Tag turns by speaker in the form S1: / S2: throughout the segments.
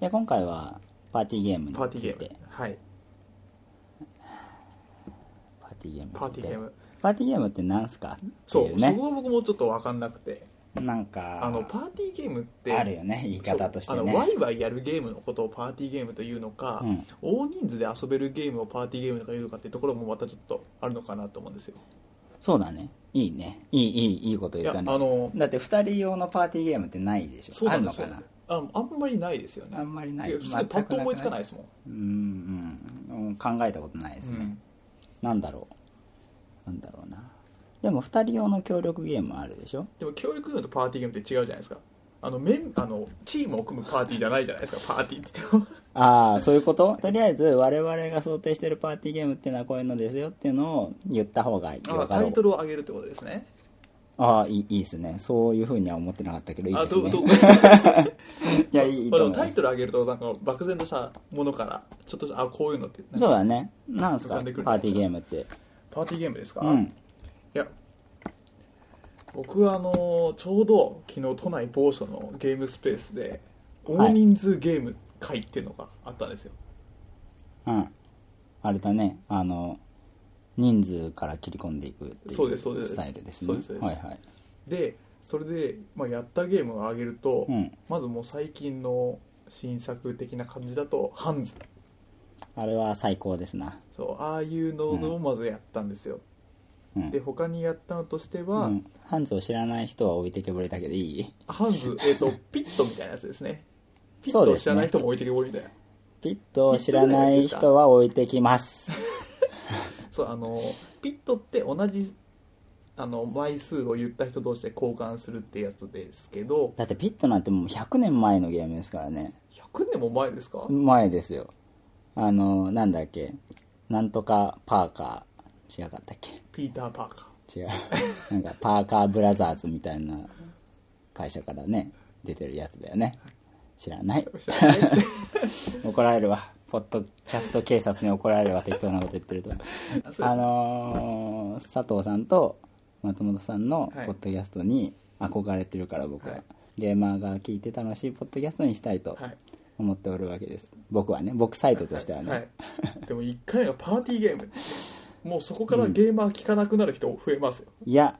S1: で今回はパーティーゲームについて
S2: パーティーゲームはい
S1: パーティーゲームについて
S2: パーティーゲーム
S1: パーティーゲームってなんすかって
S2: そう
S1: いう
S2: そ
S1: ね
S2: こが僕もちょっと分かんなくて
S1: なんか
S2: あのパーティーゲームって
S1: あるよね言い方として
S2: そうあ
S1: ね
S2: のワイワイやるゲームのことをパーティーゲームというのか、
S1: うん
S2: 大人数で遊べるゲームをパーティーゲームとかいうのかっていうところもまたちょっとあるのかなと思うんですよ
S1: そうだねいいねいいいいいいこと
S2: い
S1: 言
S2: や
S1: った
S2: あ
S1: ね
S2: の
S1: だって2人用のパーティーゲームってないでしょ
S2: そうなんです
S1: あ
S2: よ
S1: るのか
S2: ああんまりないですよね
S1: なあんまりない
S2: いや普通にパッと思いつかない
S1: い
S2: ですもん、
S1: うん、うんうん、考えたことないですね、
S2: うん
S1: なんだろうなんだろうなでも2人用の協力ゲームあるでしょ
S2: でも協力ゲームとパーティーゲームって違うじゃないですかあのメンあのチームを組むパーティーじゃないじゃないですかパーティーって言っても
S1: ああそういうこととりあえず我々が想定してるパーティーゲームっていうのはこういうのですよっていうのを言った方がいい
S2: あ
S1: か
S2: タ
S1: ろ
S2: イ
S1: う
S2: トルを上げるってことですね
S1: ああいいいいですねそういうふうには思ってなかったけどいい
S2: あ
S1: ですね
S2: ど うどう
S1: いやいい
S2: まあ
S1: と思
S2: でも
S1: い
S2: タ
S1: ま
S2: イ
S1: す
S2: トル上げるとなんか漠然としたものからちょっとあこういうのってなんか
S1: そうだねなんすか
S2: 浮かんでくるんですか
S1: パーティーゲームって
S2: パーティーゲームですか、
S1: う
S2: い
S1: ん
S2: や僕はあのーちょうど昨日都内某所のゲームスペースで
S1: はい
S2: 大人数ゲーム会っていうのがあったんですよ、
S1: うんあれだねあの人数から切り込んでいくってい
S2: そうですそうで
S1: う
S2: す
S1: スタイルですね
S2: そうですそうです
S1: はいはい
S2: でそれで、まあ、やったゲームを上げると、
S1: うん
S2: まずもう最近の新作的な感じだとハンズ
S1: あれは最高ですな
S2: そうああいうのをまずやったんですよ、
S1: うん
S2: で他にやったのとして
S1: う
S2: は、
S1: ん、ハンズを知らない人は置いてけぼりだけどい い
S2: ハン ズ、えっとピットみたいなやつですねピッ
S1: そう
S2: ト
S1: ですね
S2: を知らない人も置いてけぼりみたいな
S1: ピットを知らない人は置いてきます
S2: そうあのピットって同じあの枚数を言った人同士で交換するってやつですけど
S1: だってピットなんてもう100年前のゲームですからね
S2: 100年も前ですか、
S1: 前ですよあのなんだっけなんとかパーカー違かったっけ
S2: ピーター・パーカー
S1: 違うなんかパーカーブラザーズみたいな会社からね出てるやつだよね知らない 怒られるわポッドキャスト警察に怒られるわ適当なこと言ってると
S2: あそう
S1: あ
S2: です
S1: のー佐藤さんと松本さんの
S2: はい
S1: ポッドキャストに憧れてるから僕は、
S2: はい
S1: ゲーマーが聞いて楽しいポッドキャストにしたいと
S2: はい
S1: 思っておるわけです、僕はね僕サイトとしてはね、
S2: いいでも1回目がパーティーゲームもうそこからゲーマー聞かなくなる人増えますよ、
S1: いや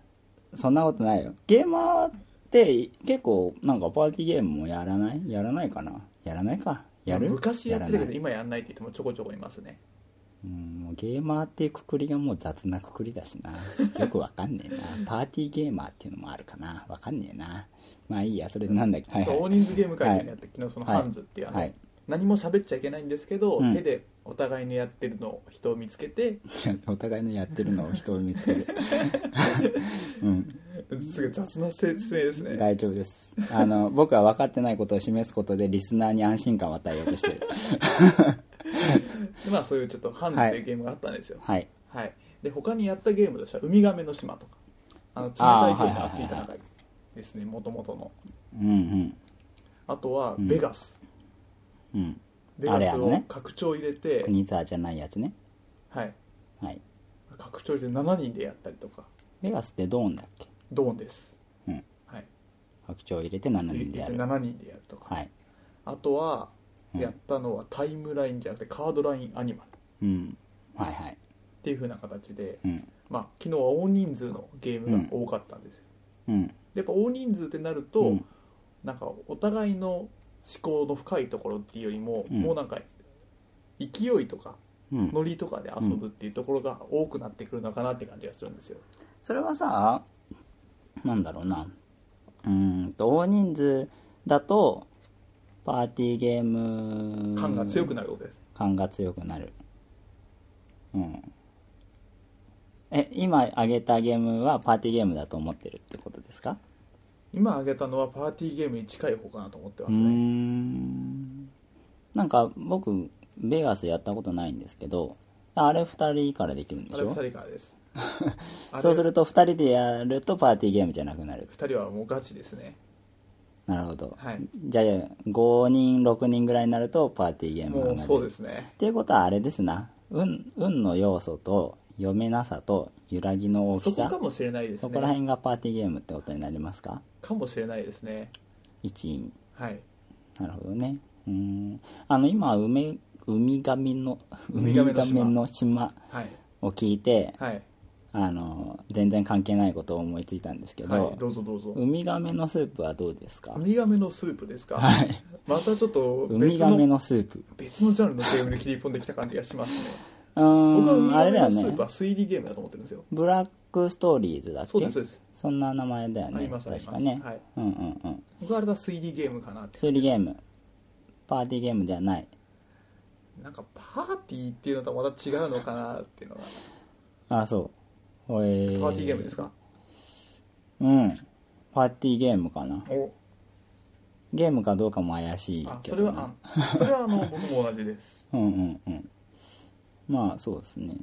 S1: そんなことないよゲーマーって結構なんかパーティーゲームもやらないやらないかなやらないかやる
S2: 昔やっ
S1: や
S2: てたけ
S1: ら
S2: ど
S1: ない
S2: 今やんないって人もちょこちょこいますね
S1: うんもうゲーマーっていうくくりがもう雑なくくりだし なよくわかんねえなパーティーゲーマーっていうのもあるかなわかんねえなまあいいやそれなんだっけはい、
S2: そう
S1: は
S2: 大
S1: い、
S2: 人数ゲーム会でやって、昨日その
S1: はい
S2: ハンズっていうあの、
S1: はい
S2: 何も喋っちゃいけないんですけど、
S1: うん
S2: 手でお互いにやってるのを人を見つけて
S1: いやお互いのやってるのを人を見つける うん
S2: すごい雑な説明ですね
S1: 大丈夫ですあの僕は分かってないことを示すことでリスナーに安心感を与えようとしてる
S2: でまあそういうちょっとハンズというゲームがあったんですよ
S1: はい
S2: はい、で他にやったゲームとしては「ウミガメの島」とかあの冷
S1: あー
S2: たい空
S1: はい
S2: 気
S1: はい
S2: の
S1: はい
S2: 熱い戦いですねもともとの
S1: うんうん
S2: あとは「
S1: ん
S2: ベガス」
S1: うん
S2: ベ
S1: あれ
S2: ガ
S1: あ
S2: ス
S1: の
S2: を
S1: ね
S2: 拡張入れて、
S1: ニザーじゃないやつね
S2: はい、
S1: はい
S2: 拡張入れて7人でやったりとか
S1: ベガスってドーンだっけ
S2: ドーンです、
S1: うん
S2: はい、
S1: 白鳥を入れて7
S2: 入れ
S1: 人で
S2: て
S1: やる
S2: 7人でやるとか、
S1: はい
S2: あとは
S1: うん
S2: やったのはタイムラインじゃなくてカードラインアニマルっ
S1: うんはいはい
S2: ていう風な形で、
S1: うん
S2: まあ、昨日は大人数のゲームが多かったんですよ、
S1: うん
S2: でやっぱ大人数ってなると、
S1: うん
S2: なんかお互いの思考の深いところっていうよりも、
S1: うん
S2: もうなんか勢いとか
S1: うん
S2: ノリとかで遊ぶっていうところが多くなってくるのかなって感じがするんですよ、
S1: それはさなんだろうなうーんと大人数だとパーティーゲーム
S2: 感が強くなることです、
S1: 感が強くなるうんえ今挙げたゲームはパーティーゲームだと思ってるってことですか
S2: 今挙げたのはパーティーゲームに近い方かなと思ってます
S1: うー
S2: ね、
S1: んなんか僕ベガスやったことないんですけどあれ2人からできるんで
S2: あ
S1: し
S2: れ
S1: ょ
S2: 2人からです あれ
S1: そうすると2人でやるとパーティーゲームじゃなくなる
S2: 2人はもうガチですね
S1: なるほど、
S2: はい
S1: じゃあ5人6人ぐらいになるとパーティーゲーム
S2: も
S1: が
S2: う
S1: な
S2: そう
S1: る
S2: ですね
S1: っていうことはあれですな運運の要素と読めなさと揺らぎの大
S2: そ
S1: き
S2: こ
S1: さ
S2: かもしれないです
S1: そこら
S2: ね
S1: 辺がパーティーゲームってことになりますか
S2: かもしれないですね
S1: 1位
S2: はい
S1: なるほどねうんあの今梅ウミガメの
S2: ウミガメの島
S1: ウミガメの島
S2: はい
S1: を聞いて
S2: はい
S1: あの全然関係ないことを思いついたんですけど,、
S2: はいどうぞどうぞ
S1: ウミガメのスープはどうですか
S2: ウミガメのスープですか、
S1: はい
S2: またちょっと
S1: ウミ
S2: 別
S1: ガメ
S2: の
S1: のスープ
S2: 別のジャンルのゲームに切り込んできた感じがしますね
S1: う
S2: 僕はウ
S1: ー
S2: ミ
S1: んあ
S2: ガ
S1: れ
S2: メ
S1: だよ
S2: のスー
S1: ね
S2: プは推理ゲームだと思ってるんですよ
S1: ブラックストーリーズだっけ
S2: そうですそうです
S1: そんな名前だよ
S2: あり
S1: ね
S2: ますあり
S1: 確
S2: ま
S1: か
S2: す、
S1: ね、
S2: はい、
S1: うんうんうん
S2: 僕はあれは推理ゲームかなって
S1: 推理ゲームパーティーゲームではない
S2: なんかパーティーっていうのとはまた違うのかなっていうのが
S1: あそうほえー
S2: パーティーゲームですか、
S1: うんパーティーゲームかな
S2: お
S1: ゲームかどうかも怪しい
S2: あ
S1: け
S2: それ
S1: ど
S2: は
S1: な
S2: あそれはあの僕も同じです
S1: うんうんうんまあそうですね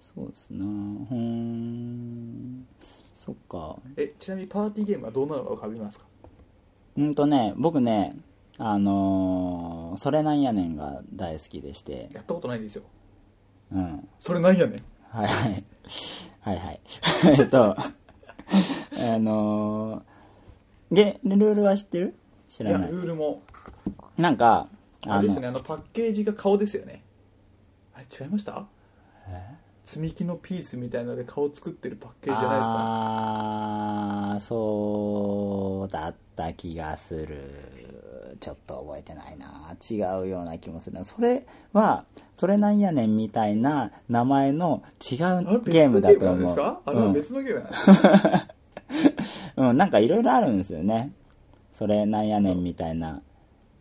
S1: そうですなうーんそっか
S2: えちなみにパーティーゲームはどんなのが浮かびますか
S1: うんとね僕ねあのーそれなんやねん」が大好きでして
S2: やったことないんですよ
S1: うん
S2: それないやねん
S1: はいはい。はいはい。 えっと、あのー、ゲ、ルールは知ってる知
S2: いや
S1: らない。
S2: ルールも
S1: なんか、
S2: あ
S1: あ
S2: れです
S1: の、
S2: ねあのパッケージが顔ですよねあれ違いました積み木のピースみたいので顔作ってるパッケージじゃないですか
S1: あー、そうだった気がする。ちょっと覚えてないな。違うような気もするな。それは、それなんやねんみたいな名前の違う
S2: あれ別
S1: ゲー
S2: の
S1: ムだ
S2: ゲ
S1: と
S2: ームなんで
S1: 思
S2: すか
S1: う。
S2: あれは
S1: うん
S2: 別のゲームなんですか、
S1: うん、なんかいろいろあるんですよね。それなんやねんみたいな。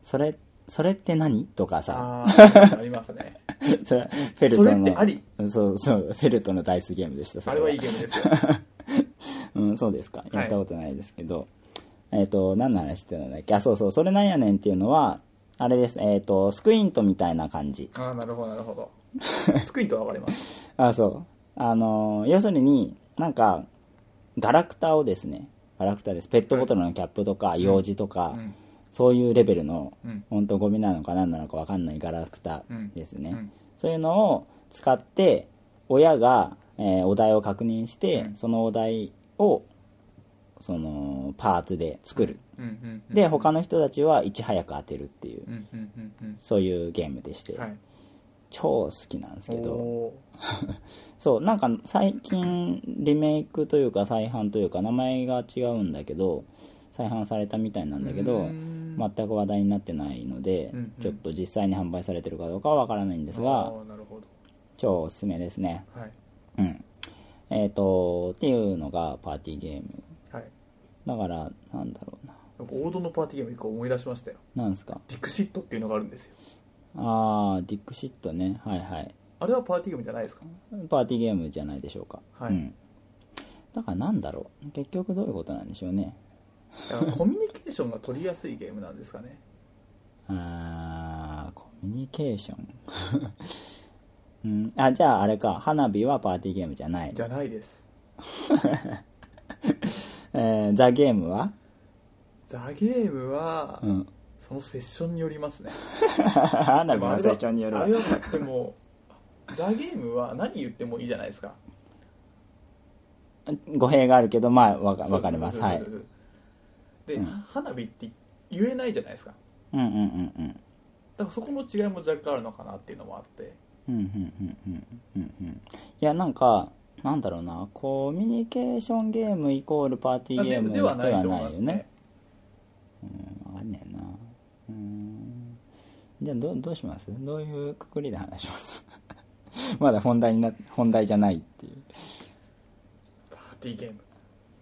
S1: それ、それって何とかさ、
S2: あーありますね
S1: それ、フェルトの。
S2: それってあり
S1: うんそうそう、フェルトのダイスゲームでした、そ
S2: あ
S1: れ
S2: れ
S1: は。
S2: はいいゲームですよ
S1: うん、そうですか。
S2: い
S1: やったことないですけど。えっ、と、何の話してたんだっけあ、そうそう、それなんやねんっていうのは、あれです、えっ、と、スクイントみたいな感じ。
S2: ああなるほどなるほ どスクイーンとは分かります
S1: あ、そう。あのー要するに、なんか、ガラクタをですね、ガラクタです。ペットボトルのキャップとか、用紙とか、
S2: うん
S1: そういうレベルの、
S2: うん
S1: 本当ゴミなのか何なのか分かんないガラクタですね、
S2: うん
S1: そういうのを使って親が、えーお題を確認して、
S2: うん
S1: そのお題をそのパーツで作る、
S2: うんうんうん
S1: で他の人たちはいち早く当てるっていう、
S2: うんうんうんうん
S1: そういうゲームでして、
S2: はい
S1: 超好きなんですけど
S2: お
S1: そうなんか最近リメイクというか再販というか名前が違うんだけど再販されたみたいなんだけど、
S2: うーん
S1: 全く話題になってないので、
S2: うんうん
S1: ちょっと実際に販売されてるかどうかはわからないんです
S2: あ
S1: が
S2: ーなるほど
S1: 超おすすめですね
S2: はい
S1: うんえっ、とっていうのがパーティーゲーム
S2: はい
S1: だからなんだろうな
S2: なんか王道のパーティーゲーム一個思い出しましたよ
S1: なんですか
S2: ディクシットっていうのがあるんですよ
S1: ああディックシットねはいはい
S2: あれはパーティーゲームじゃないですか
S1: パーティーゲームじゃないでしょうか
S2: はい
S1: うん、だからなんだろう結局どういうことなんでしょうね
S2: だからコミュニケーションが取りやすいゲームなんですかね
S1: あーコミュニケーション、 うん、あじゃああれか花火はパーティーゲームじゃない
S2: じゃないです
S1: えーザ・ゲームは
S2: ザ・ゲームは
S1: うん
S2: そのセッションによりますね
S1: 花火
S2: でも
S1: の
S2: あれは
S1: 成長による
S2: あ
S1: わ
S2: れはでもザ・ゲームは何言ってもいいじゃないですか
S1: 語弊があるけどまあわかわかります
S2: そう
S1: は
S2: そう
S1: い
S2: そうそうで、
S1: うん
S2: 花火って言えないじゃないですか
S1: うんうんうんうん
S2: だからそこの違いも若干あるのかなっていうのもあって
S1: うんうんうんうんうんうんいやなんかなんだろうなコミュニケーションゲームイコールパーティーゲーム
S2: で
S1: で
S2: は
S1: は
S2: な
S1: ないい
S2: と思いま
S1: よ
S2: す
S1: ね
S2: ね
S1: うんわかんねえなうーんじゃあどうどうしますどういうくくりで話します まだ本題にな本題じゃないっていう
S2: パーティーゲーム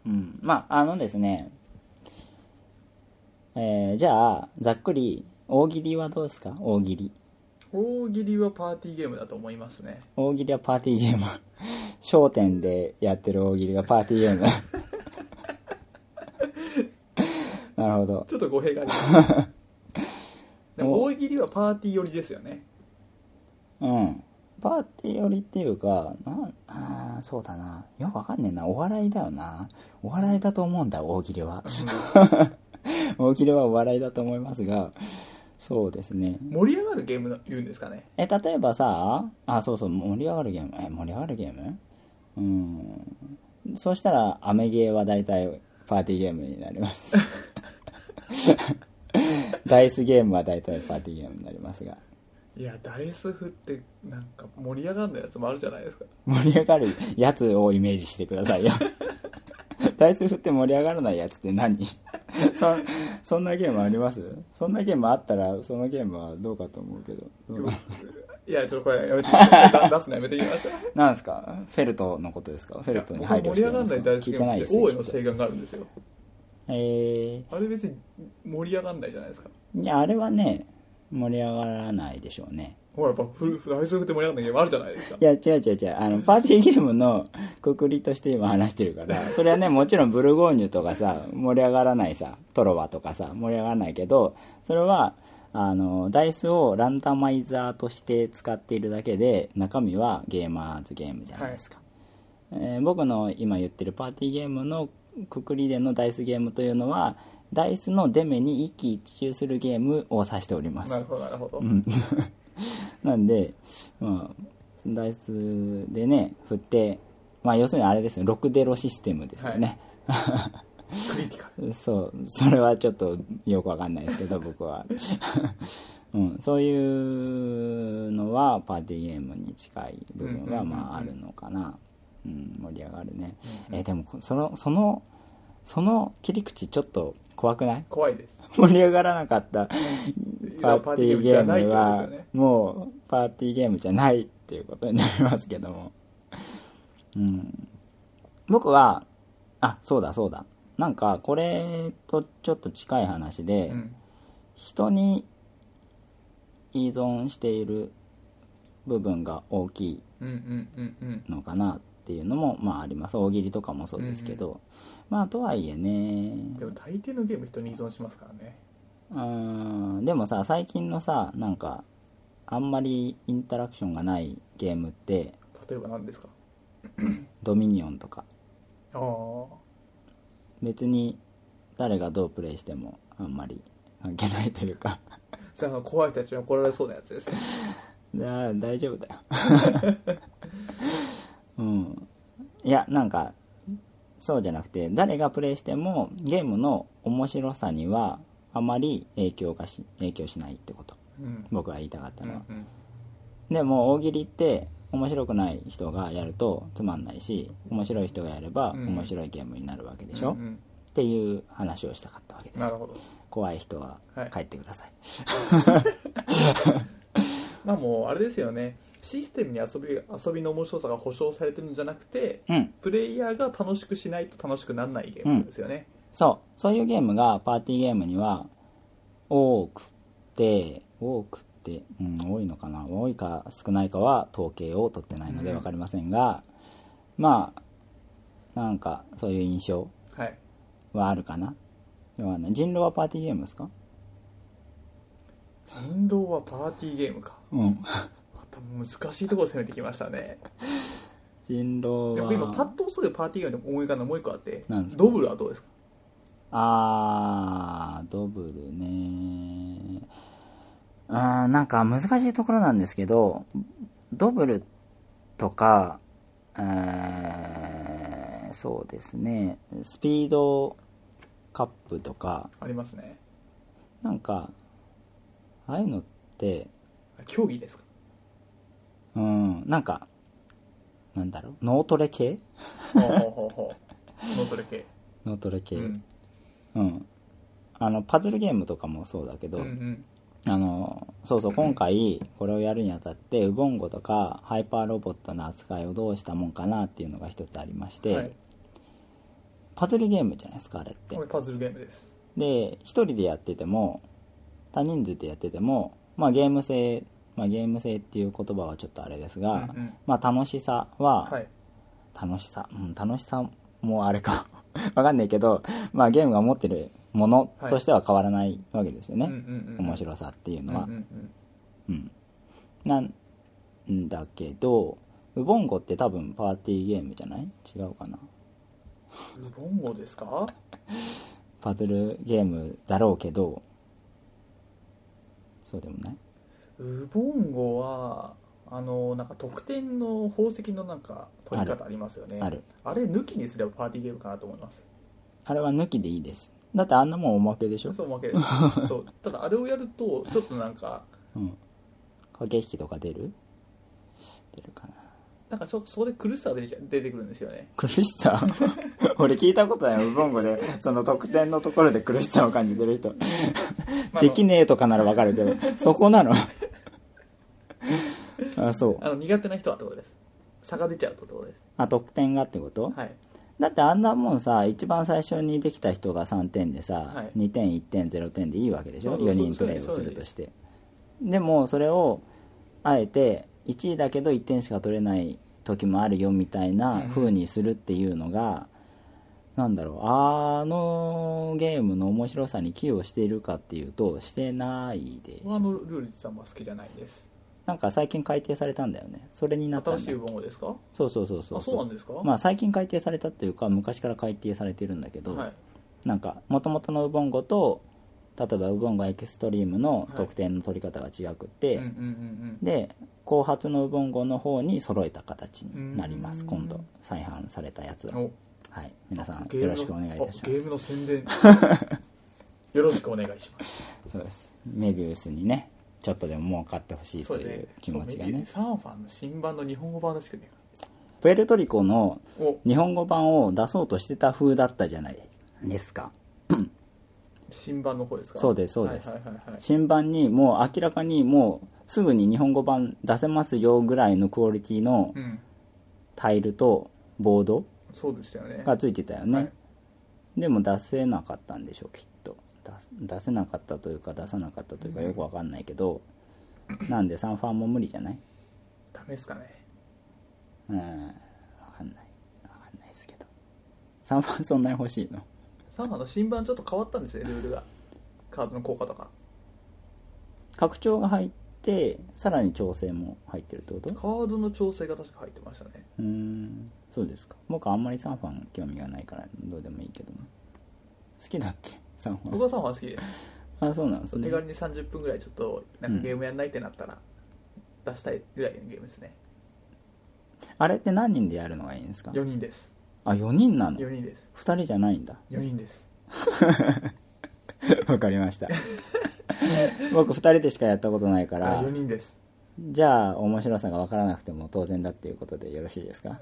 S1: うん、まああのですね、えーじゃあざっくり大喜利はどうですか大喜利
S2: 大喜利はパーティーゲームだと思いますね
S1: 大喜利はパーティーゲーム 『笑点』でやってる大喜利がパーティーゲーム なるほど
S2: ちょっと語弊があります でも大喜利はパーティー寄りですよね
S1: うんパーティー寄りっていうかなんあーそうだなよくわかんねえなお笑いだよなお笑いだと思うんだ大喜利は 大喜利はお笑いだと思いますがそうですね
S2: 盛り上がるゲームの言うんですかね
S1: え例えばさあそうそう盛り上がるゲームえ盛り上がるゲームうんそうしたらアメゲーは大体パーティーゲームになります ダイスゲームは大体パーティーゲームになりますが。
S2: いやダイス振ってなんか盛り上がんないやつもあるじゃないですか
S1: 盛り上がるやつをイメージしてくださいよ。 ダイス振って盛り上がらないやつって何 そそんなゲームありますそんなゲームあったら、そのゲームはどうかと思うけど。どう
S2: いやちょっとこれやめてだ出すのやめてき ました
S1: なんですかフェルトのことですかフェルトに配慮
S2: 盛
S1: し
S2: り
S1: てる
S2: 上が
S1: ん
S2: ん
S1: です
S2: ないダ
S1: か
S2: イ
S1: 聞
S2: スゲ
S1: いて
S2: ー
S1: ない
S2: ム
S1: ですよ
S2: って王への請願があるんですよ
S1: えー、
S2: あれ別に盛り上がんないじゃないですか
S1: いや、あれはね、盛り上がらないでしょうね。
S2: ほらやっぱフルダイス振って盛り上がんないゲームあるじゃないですか
S1: いや、違う違う違う。あの、パーティーゲームのくくりとして今話してるから、それはね、もちろんブルゴーニュとかさ、盛り上がらないさ、トロワとかさ、盛り上がらないけど、それは、あの、ダイスをランダマイザーとして使っているだけで、中身はゲーマーズゲームじゃないですか。えー僕の今言ってるパーティーゲームのくくりでのダイスゲームというのは、ダイスの出目に一喜一憂するゲームを指しております
S2: な。るほどなるほど、
S1: うん、 なんで、まあ、そのダイスでね、振って、まあ、要するにあれですよ、6デロシステムですよね。
S2: クリティカ ル
S1: そう、それはちょっとよくわかんないですけ ど、僕は。 うん、そういうのはパーティーゲームに近い部分が
S2: うんうんうんうん
S1: まああるのかな、うん、盛り上がるね、
S2: うんうん
S1: えーでもこそのそのその切り口ちょっと怖くない
S2: 怖いです
S1: 盛り上がらなかったパーティーゲーム
S2: パーティーゲームじゃないってこ
S1: はもうパーティーゲームじゃないっていうこと
S2: とですよね
S1: になりますけども、うん、僕はあそうだそうだなんかこれとちょっと近い話で、
S2: うん
S1: 人に依存している部分が大きい
S2: うんうんうんうん
S1: のかなっていうのもまああります大喜利とかもそうですけど、まあとはいえね
S2: でも大抵のゲーム人に依存しますからね
S1: うんでもさ最近のさなんかあんまりインタラクションがないゲームって
S2: 例えば何ですか
S1: ドミニオンとか
S2: ああ
S1: 別に誰がどうプレイしてもあんまり関係ないというか
S2: それあの怖い人たちに怒られそうなやつですね
S1: いや大丈夫だよ うんいやなんかそうじゃなくて誰がプレイしてもゲームの面白さにはあまり影響がし影響しないってこと
S2: うん
S1: 僕が言いたかった
S2: うん
S1: のは、
S2: うん
S1: でも大喜利って面白くない人がやるとつまんないし面白い人がやれば
S2: うん
S1: 面白いゲームになるわけでしょ、
S2: うんうん
S1: っていう話をしたかったわけです
S2: なるほど
S1: 怖い人は
S2: はい
S1: 帰ってください、
S2: まあもうあれですよねシステムに遊び遊びの面白さが保証されてるんじゃなくて
S1: うん
S2: プレイヤーが楽しくしないと楽しくならないゲームですよね、
S1: そうそういうゲームがパーティーゲームには多くて多くて、うん、多いのかな多いか少ないかは統計を取ってないので
S2: うん
S1: 分かりませんが、まあなんかそういう印象
S2: はい
S1: はあるかな要はね人狼はパーティーゲームですか
S2: 人狼はパーティーゲームか
S1: うん
S2: また難しいところ攻めてきましたね
S1: 人狼
S2: でも今パ
S1: は
S2: ッとそういうパーティーゲームで思い浮かんだのもう一個あって
S1: なんですか
S2: ドブルはどうですか
S1: あードブルねあーなんか難しいところなんですけどドブルとかえーそうですねスピードカップとか
S2: ありますね
S1: なんかああいうのって
S2: 競 技ですか
S1: うんなんかなんだろう脳トレ系
S2: ほうほうほうほう脳トレ系
S1: 脳トレ系
S2: う
S1: うん
S2: ん、
S1: あのパズルゲームとかもそうだけ
S2: う
S1: ど、
S2: んうん
S1: あの、そうそう、今回、これをやるにあたって、ウボンゴとか、ハイパーロボットの扱いをどうしたもんかなっていうのが一つありまして、
S2: はい、
S1: パズルゲームじゃないですか、あれって
S2: こ。れパズルゲームです
S1: で、一人でやってても、他人数でやってても、まあゲーム性、まあゲーム性っていう言葉はちょっとあれですが、
S2: うんうん
S1: まあ楽しさは、
S2: はい
S1: 楽しさ、うん、楽しさもあれか わかんないけど、まあゲームが持ってるものとしては変わらないわけですよね。
S2: うんうんうん
S1: 面白さっていうのは。
S2: うんうん
S1: うん、なんだけどウボンゴって多分パーティーゲームじゃない違うかな
S2: うんウボンゴですか
S1: パズルゲームだろうけどそうでもない
S2: ウボンゴはあのなんか得点の宝石のなんか取り方ありますよね
S1: ある
S2: れ抜きにすればパーティーゲームかなと思います
S1: あれは抜きでいいですだってあんなもんおまけでしょ、
S2: そう負 けるそうただあれをやるとちょっとなんか
S1: うん、駆け引きとか出る出るかな
S2: なんかちょっとそこで苦しさが出ちゃ出てくるんですよね
S1: 苦しさ 俺聞いたことないウボンゴでその得点のところで苦しさを感じてる人
S2: まあ
S1: できねえとかならわかるけどそこなの あそう
S2: あの苦手な人はってことです差が出ちゃうとってことです
S1: あ得点がってこと、
S2: はい
S1: だってあんなもんさ一番最初にできた人が3点でさ、
S2: はい
S1: 2点1点0点でいいわけでしょ
S2: そうそう
S1: 4人プレイをするとしてでもそれをあえて1位だけど1点しか取れない時もあるよみたいな風にするっていうのが、なんだろうあのゲームの面白さに寄与しているかっていうとしてないでし
S2: 僕はあ
S1: ょ
S2: のルール実はあんま好きじゃないです
S1: なんか最近改定されたんだよねそれになったん
S2: 新
S1: だ
S2: しい文語ですか
S1: そうそうそうそう
S2: あそうなんですか
S1: まあ最近改定されたっていうか昔から改定されてるんだけど、
S2: はい
S1: なんか元々のウボンゴと例えばウボンゴエクストリームの得点の取り方が違くて、
S2: うんうんうんうん
S1: で後発のウボンゴの方に揃えた形になりま
S2: う
S1: す
S2: ん
S1: 今度再販されたやつは
S2: お
S1: はい皆さん
S2: ゲーム
S1: よ
S2: の
S1: ろしくお願いいたし
S2: あ
S1: ま
S2: ゲーム
S1: す
S2: の宣伝 よろしくお願いします
S1: そうですメビウスにねちょっとでも儲かってほしいと
S2: そう
S1: いう
S2: ね
S1: 気持ちが
S2: そう
S1: ね
S2: ねサーファンの新版の日本語版らしくね
S1: プエルトリコの
S2: お
S1: 日本語版を出そうとしてた風だったじゃないですか
S2: 新版の方ですか
S1: そうですそうです
S2: はいはいはいはい
S1: 新版にもう明らかにもうすぐに日本語版出せますよぐらいのクオリティの
S2: うん
S1: タイルとボード
S2: そうでしたよね
S1: がついてたよね、
S2: はい
S1: でも出せなかったんでしょきっと出す出せなかったというか出さなかったというか
S2: うん
S1: よくわかんないけど、なんでサンファンも無理じゃない
S2: ダメですかね
S1: うんわかんないわかんないですけどサンファンそんなに欲しいの
S2: サーファーの新版ちょっと変わったんですねルールがカードの効果とか
S1: 拡張が入ってさらに調整も入ってるってこと
S2: カードの調整が確か入ってましたね
S1: うーんそうですか僕あんまりサンファン興味がないからどうでもいいけど好きだっけサンフ
S2: 僕
S1: ァン
S2: はサーファー好きです
S1: あそうなんです
S2: 手
S1: ね
S2: 軽に30分ぐらいちょっとなんかゲームやんないってなったら出したいぐらいのゲームですね
S1: あれって何人でやるのがいいんですか
S2: 4人です
S1: あ4人なの
S2: 4人です
S1: 2人じゃないんだ
S2: 4人です
S1: わかりま した僕2人でしかやったことないか
S2: あ
S1: ら
S2: 4人です
S1: じゃあ面白さがわからなくても当然だっていうことでよろしいですか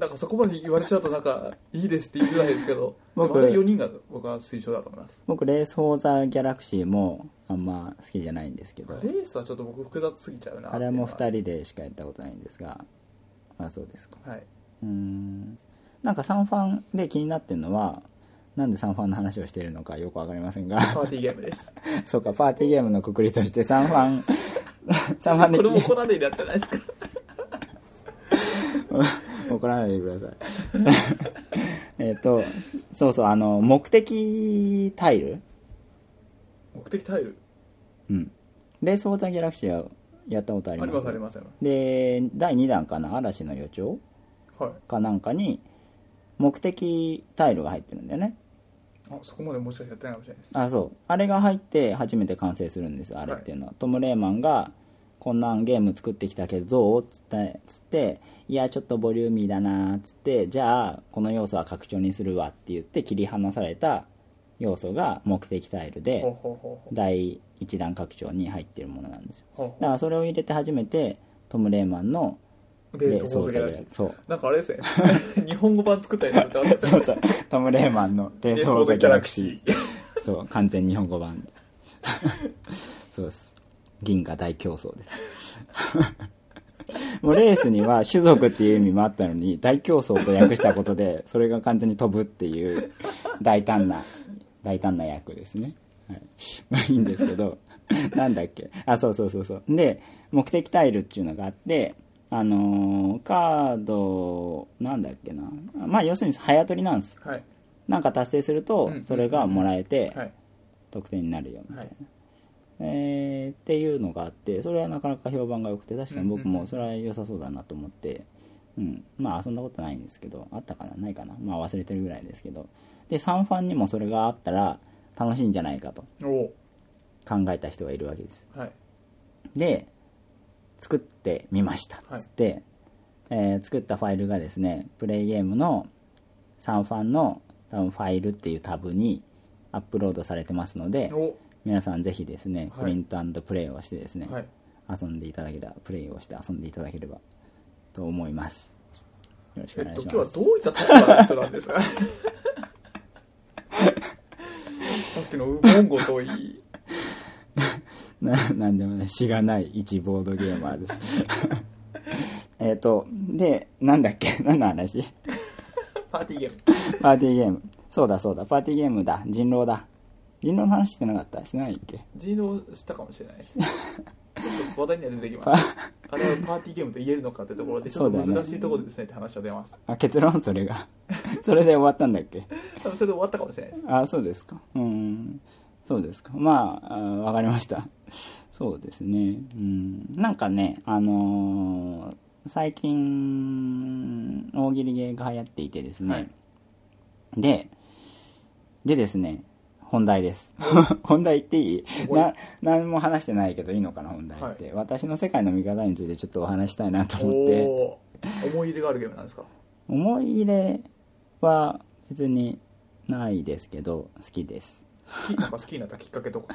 S2: なんかそこまで言われちゃうとなんかいいですって言いづらいですけど
S1: 僕
S2: まだ4人が僕は推奨だと思います
S1: 僕レース・フォー・ザ・ギャラクシーもあんま好きじゃないんですけど
S2: レースはちょっと僕複雑すぎちゃうな
S1: あれも2
S2: 人
S1: 人でしかやったことないんですがあそうですか
S2: はいう
S1: ーんなんかサンファンで気になってるのはなんでサンファンの話をしてるのか よくわかりません
S2: パ
S1: が
S2: ーティーゲームです
S1: そうかパーティーゲームのくくりとしてサンフ ァンサンファンで
S2: これも
S1: 気
S2: 怒られるやつじゃないですか
S1: 怒らないでください えっとそうそうあの目的タイル
S2: 目的タイル
S1: うんレース・フォー・ザ・ギャラクシーはやったことあ
S2: あ
S1: り
S2: り
S1: ま
S2: ますすありますありま
S1: で第2弾かな嵐の予兆
S2: すはい
S1: かなんかに目的タイルが入ってるんだよね
S2: あそこまでもしかしてやってないかもしれないです
S1: あそうあれが入って初めて完成するんですあれっていうのは、トム・レーマンがこんなんゲーム作ってきたけどどうっつってつっていやちょっとボリューミーだなっつってじゃあこの要素は拡張にするわって言って切り離された要素が目的タイル
S2: ほう
S1: で
S2: ほうほう
S1: 第1弾拡張に入ってるものなんですよ
S2: ほうほ
S1: だからそれを入れて初めてトム・レーマンの
S2: うレース
S1: レースを
S2: 放送
S1: 作
S2: や
S1: る
S2: らしい
S1: そう
S2: なんかあれですね 日本語版作ったりなんてあった
S1: そうそうトム・レーマンのレー
S2: レ
S1: ス・
S2: ース
S1: オ
S2: 放
S1: ーザ・
S2: 送
S1: ギ
S2: ギ
S1: ャラ
S2: ャラ
S1: ク
S2: ク
S1: シー
S2: シ ー
S1: そう、完全日本語版。 そうです。銀河大競争です。 もうレースには種族っていう意味もあったのに、大競争と訳したことで、それが完全に飛ぶっていう大胆な、大胆な役ですね。はい。まあいいんですけど、なんだっけ。あ、そうそうそうそう。で、目的タイルっていうのがあって、あのーカード、なんだっけな。まあ要するに早取りなんです。
S2: はい
S1: なんか達成する
S2: う
S1: と
S2: んうん
S1: それがもらえて
S2: はい
S1: 得点になるよみた
S2: はいい
S1: な、えーっていうのがあってそれはなかなか評判が良くて確かに僕
S2: うんうんう
S1: も
S2: ん
S1: それは良さそうだなと思って、うん、まあ遊んだことないんですけどあったかなないかなまあ忘れてるぐらいですけどでサンファンにもそれがあったら楽しいんじゃないかと
S2: おお
S1: 考えた人がいるわけです
S2: はい
S1: で作ってみました
S2: はい
S1: つって、えー作ったファイルがですねプレイゲームのサンファンの多分ファイルっていうタブにアップロードされてますので
S2: お
S1: 皆さんぜひですね
S2: はい
S1: プリントプレイをしてですね、
S2: はい
S1: 遊んでいただければプレイをして遊んでいただければと思いますよろしくお
S2: えっ
S1: 願い
S2: と
S1: し
S2: 今
S1: ます
S2: 日はどういった立場の人な んですかさっきのウボンゴといい
S1: ななんでもないしがない一ボードゲーマーです えっとでなんだっけ 何の話
S2: パーティーゲーム
S1: パーティーゲームそうだそうだパーティーゲームだ人狼だ人狼の話してなかったしてないっけ
S2: 人狼したかもしれないですちょっと話題には出てきましたあれはパーティーゲームと言えるのかってところでちょっと
S1: そうだ
S2: 難
S1: ね
S2: しいところでですねって話は出ました
S1: あ結論それが それで終わったんだっけ
S2: 多分それで終わったかもしれないです
S1: あそうですかうんそうですかまああわかりましたそうですねうんなんかねあのー最近大喜利ゲーが流行っていてですね、
S2: はい
S1: ででですね本題です 本題言っていい
S2: おい
S1: な何も話してないけどいいのかな本題って、私の世界の見方についてちょっとお話したいなと思
S2: お
S1: って
S2: おー思い入れがあるゲームなんですか
S1: 思い入れは別にないですけど好きです
S2: 好きなんか好きになったきっかけ とか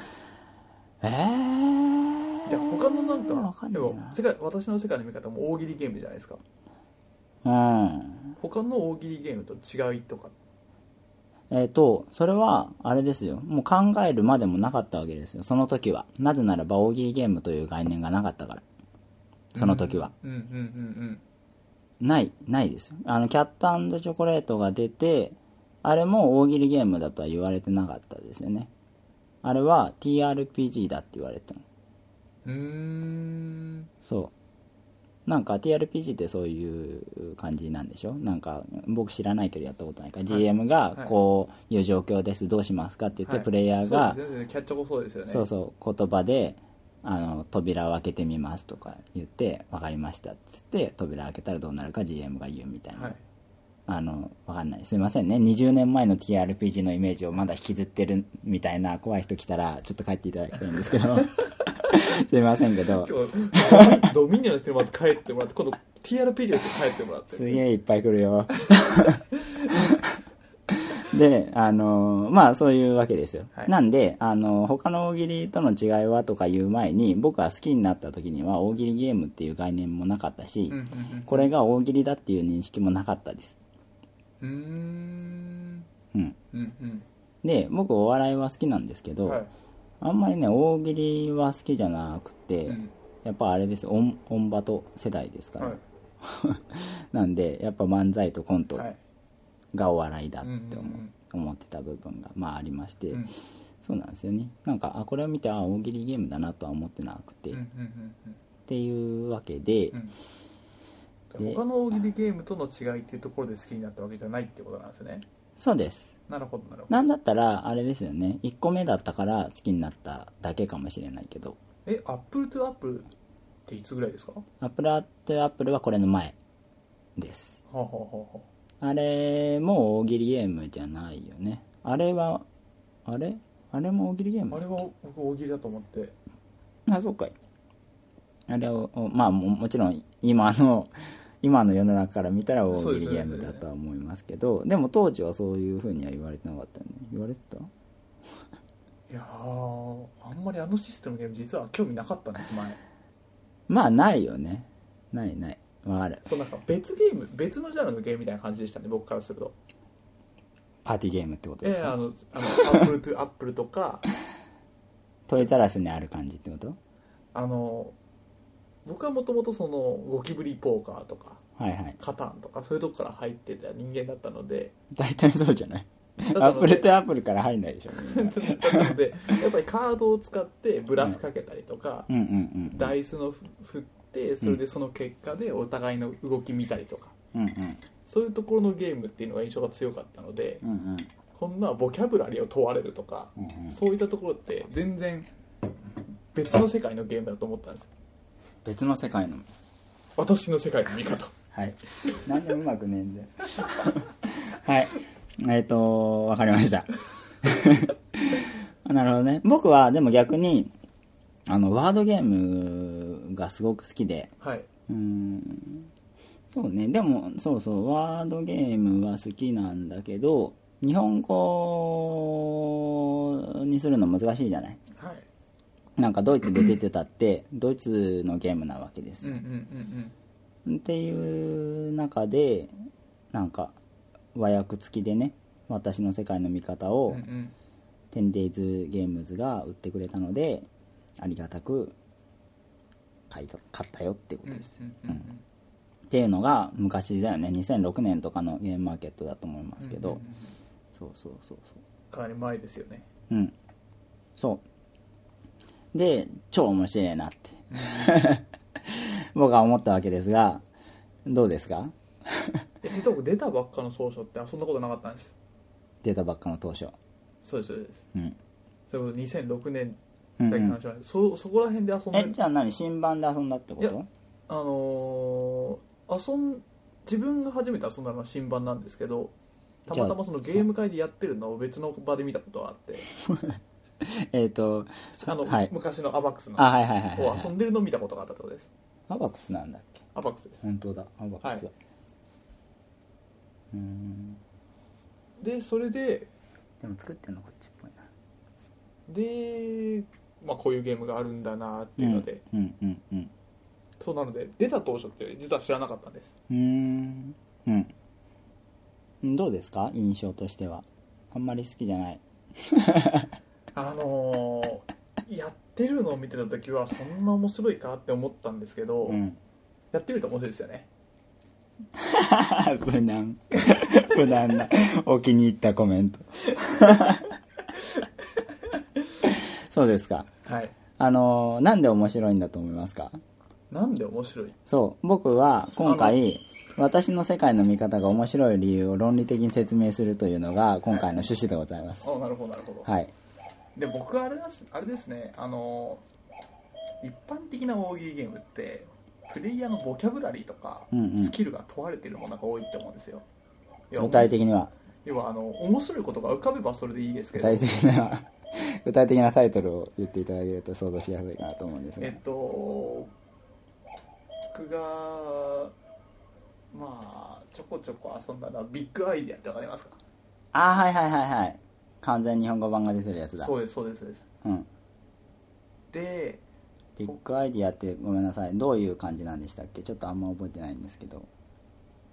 S1: えー
S2: じゃあ他のなんか
S1: わかん
S2: で
S1: ない
S2: も世界私の世界の見方も大喜利ゲームじゃないですか
S1: なうん
S2: 他の大喜利ゲームと違いとか
S1: えっ、とそれはあれですよもう考えるまでもなかったわけですよその時はなぜならば大喜利ゲームという概念がなかったからその時は、
S2: うんうんうん
S1: ないないですよあのキャットチョコレートが出てあれも大喜利ゲームだとは言われてなかったですよねあれは TRPG だって言われてたの
S2: うんうーん
S1: そうなんか TRPG ってそういう感じなんでしょなんか僕知らないけどやったことないから、
S2: はい
S1: GM
S2: は
S1: が
S2: い
S1: こういう状況ですどうしますかって言って、
S2: はい
S1: プレイヤーが
S2: そうですねキャッチャもそうですよね
S1: そうそう言葉であの扉を開けてみますとか言って分かりましたっつって扉開けたらどうなるか GM が言うみたいな、
S2: はい
S1: あの分かんないすいませんね20年前の TRPG のイメージをまだ引きずってるみたいな怖い人来たらちょっと帰っていただきたいんですけ どすいませんけど
S2: 今日ドミニオンの人にまず帰ってもらって今度 TRPG の人に帰ってもらって
S1: すげえいっぱい来るよ であのまあそういうわけですよ、
S2: はい
S1: なんであの他の大喜利との違いはとか言う前に僕は好きになった時には大喜利ゲームっていう概念もなかったし、
S2: うんうんうん
S1: これが大喜利だっていう認識もなかったです
S2: うーん
S1: うん
S2: うんうん
S1: で僕お笑いは好きなんですけど、
S2: はい
S1: あんまりね大喜利は好きじゃなくて、
S2: うん
S1: やっぱあれですオンオンバト世代ですから、
S2: はい
S1: なんでやっぱ漫才とコント
S2: はい
S1: がお笑いだって思う、
S2: うんうんうん
S1: 思ってた部分が、まあ、ありまして、
S2: うん
S1: そうなんですよねなんかあこれを見てあ大喜利ゲームだなとは思ってなくて、
S2: うんうんう
S1: っ
S2: んうん
S1: ていうわけで、
S2: うん
S1: で
S2: 他の大喜利ゲームとの違いっていうところで好きになったわけじゃないってことなんですね
S1: そうです
S2: なるほどなるほど
S1: なんだったらあれですよね1個目だったから好きになっただけかもしれないけど
S2: えアップルとアップルっていつぐらいですかは
S1: アップルアットアップルはこれの前です
S2: あ、はあはあは
S1: あれも大喜利ゲームじゃないよねあれはあれあれも大喜利ゲーム
S2: あ、あれは僕大喜利だと思って
S1: あそうかいあれをおまあももちろん今の 今の世の中から見たら大喜利ゲームだとは思いますけどでも当時はそういうふうには言われてなかったよね言われてた
S2: いやーあんまりあのシステムのゲーム実は興味なかったんです前
S1: まあないよねないないわかる
S2: そうなんか別ゲーム別のジャンルのゲームみたいな感じでしたね僕からすると
S1: パーティーゲームってこと
S2: え
S1: で
S2: え
S1: すか、
S2: あのあのアップルとアップルとか
S1: トイタラスにある感じってこと
S2: あの僕はもともとそのゴキブリポーカーとか
S1: はいはい
S2: カタンとかそういうとこから入ってた人間だったので
S1: 大体そうじゃない
S2: だった
S1: ア
S2: の
S1: ップルっ
S2: で
S1: てアップルから入んないでしょみんな
S2: なのでやっぱりカードを使ってブラフかけたりとか、
S1: うんうんうんうん
S2: ダイスのふ振ってそれでその結果でお互いの動き見たりとか
S1: うんうん
S2: そういうところのゲームっていうのが印象が強かったので
S1: うんうん
S2: こんなボキャブラリーを問われるとか
S1: うんうん
S2: そういったところって全然別の世界のゲームだと思ったんですよ
S1: 別の世界の
S2: 私の世界の見方
S1: はい何でもうまくねえんだよはいえっ、とわかりました なるほどね僕はでも逆にあのワードゲームがすごく好きで
S2: はい、
S1: うんそうねでもそうそうワードゲームは好きなんだけど日本語にするの難しいじゃない
S2: はい
S1: なんかドイツで出てたってドイツのゲームなわけです
S2: うんう
S1: よ
S2: ん、うん
S1: っていう中でなんか和訳付きでね「私の世界の見方」
S2: うん
S1: を
S2: うんうん
S1: 「テンデイズゲームズ」が売ってくれたのでありがたく買いた買ったよってこと
S2: うん
S1: です、
S2: うんうん
S1: っていうのが昔だよね2006年とかのゲームマーケットだと思いますけど、
S2: うんうんうん
S1: そうそうそうそう
S2: かなり前ですよね
S1: うん。そう。で、超面白いなって。 僕は思ったわけですが、どうですか
S2: え実は僕出たばっかの当初って遊んだことなかったんです
S1: 出たばっかの当初。
S2: そうですそうです
S1: うん。
S2: それこそ2006年
S1: う
S2: さっ
S1: ん
S2: き
S1: う
S2: の
S1: ん、
S2: 話は、そそこら辺で遊ん
S1: え、
S2: で
S1: じゃあ何新版で遊んだってこ
S2: い
S1: と
S2: あのー遊ん自分が初めて遊んだのは新版なんですけどたまたまそのゲーム会でやってるのを別の場で見たことがあって
S1: えっ、と、
S2: あの、
S1: はい
S2: 昔のアバックスの
S1: あ、はいはいはい、
S2: を
S1: は
S2: 遊
S1: い。
S2: んでるのを見たことがあったってことです
S1: アバクスなんだっけ
S2: アバックスです
S1: 本当だ、アバクスだ。
S2: は
S1: うーん。
S2: でそれで
S1: でも作ってんのこっちっぽいな。
S2: で、まあ、こういうゲームがあるんだなっていうので、
S1: うん、うん、うんうん。
S2: そうなので出た当初って実は知らなかったんです
S1: うーんうんどうですか印象としてはあんまり好きじゃない
S2: あの ーやってるのを見てた時はそんな面白いかって思ったんですけど、
S1: うん
S2: やってみると面白いですよね
S1: 無難 無難なお気に入ったコメ ントそうですか
S2: はい
S1: あのなんで面白いんだと思いますか
S2: なんで面白い
S1: そう僕は今回私の世界の見方が面白い理由を論理的に説明するというのが今回の趣旨でございます
S2: あなるほどなるほど、
S1: はい
S2: で僕はあれですあれですねあのー一般的な大喜利ゲームってプレイヤーのボキャブラリーとか、
S1: うんうん
S2: スキルが問われてるものが多いと思うんですよいや
S1: 具体的には
S2: 要はあの面白いことが浮かべばそれでいいですけ
S1: 具
S2: ど
S1: 体的な 具体的なタイトルを言っていただけると想像しやすいかなと思うんですが、
S2: えっと僕がまあちょこちょこ遊んだのはビッグアイデアってわかりますか
S1: ああはいはいはいはい完全日本語版が出てるやつだ
S2: そうですそうですそうです
S1: うん、
S2: で
S1: ビッグアイディアってごめんなさいどういう感じなんでしたっけちょっとあんま覚えてないんですけど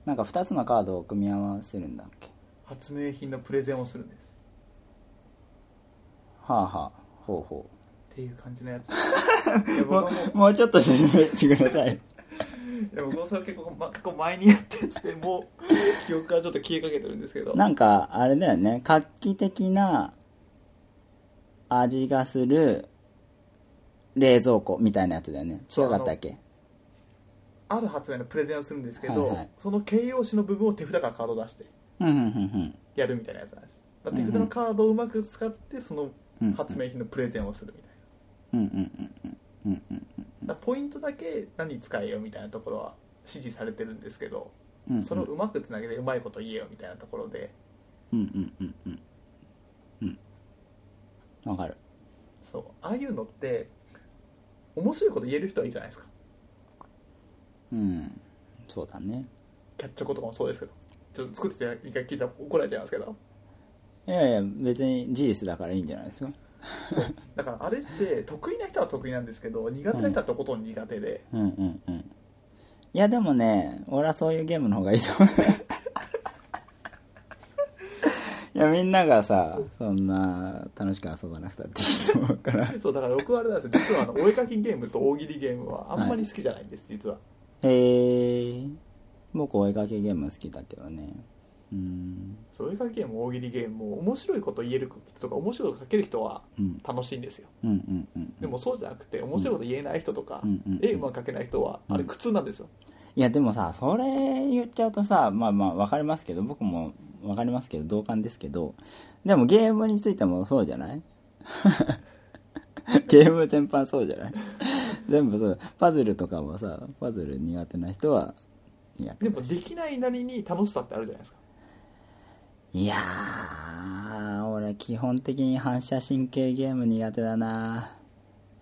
S1: なんか2つのカードを組み合わせるんだっけ
S2: 発明品のプレゼンをするんです
S1: はあはあほうほ
S2: っていう感 じのやついや
S1: う
S2: 僕
S1: も
S2: はもう
S1: うもうちょっと説明してください
S2: いや僕もそれ結構,、ま、結構前にやっててもう記憶からちょっと消えかけてるんですけ ど
S1: なんかあれだよね画期的な味がする冷蔵庫みたいなやつだよね違かったっけ
S2: ある発明のプレゼンをするんですけど、
S1: はいはい
S2: その形容詞の部分を手札からカードを出して
S1: うんうんうん
S2: やるみたいなやつなんですだから手札のカードをうまく使ってその
S1: うん
S2: 発明品のプレゼンをするみたいな
S1: うんうんうんうんうんうん
S2: だからポイントだけ何使えよみたいなところは指示されてるんですけど
S1: うんうん
S2: それをうまくつなげてうまいこと言えよみたいなところで
S1: うんうんうんうんうんわかる
S2: そうああいうのって面白いこと言える人はいいじゃないですか
S1: うんそうだね
S2: キャッチョコとかもそうですけどちょっと作ってて一回聞いたら怒られちゃいますけど
S1: いやいや別に事実だからいいんじゃないですか
S2: そうだからあれって得意な人は得意なんですけど苦手な人はとことん苦手で、
S1: うんうんうんいやでもね俺はそういうゲームの方がいいと思う いやみんながさそんな楽しく遊ばなくたっていいと思うからへ
S2: そうだから僕はあれなんですよ実はあのお絵描きゲームと大喜利ゲームはあんまり好きじゃないんです、実は
S1: え僕お絵かきゲーム好きだけどねうん
S2: そうお絵描きゲームも大喜利ゲームも面白いこと言える人とか面白いこと書ける人は
S1: うん
S2: 楽しいんですよ
S1: うんうんうん
S2: でもそうじゃなくて面白いこと言えない人とか、
S1: うんうん
S2: 絵うまく描けない人はあれ苦痛なんですよ、
S1: いやでもさそれ言っちゃうとさまあまあ分かりますけど僕も分かりますけど同感ですけどでもゲームについてもそうじゃない ゲーム全般そうじゃない 全部そうパズルとかもさパズル苦手な人は苦手
S2: でもできないなりに楽しさってあるじゃないですか
S1: いやー俺基本的に反射神経ゲーム苦手だな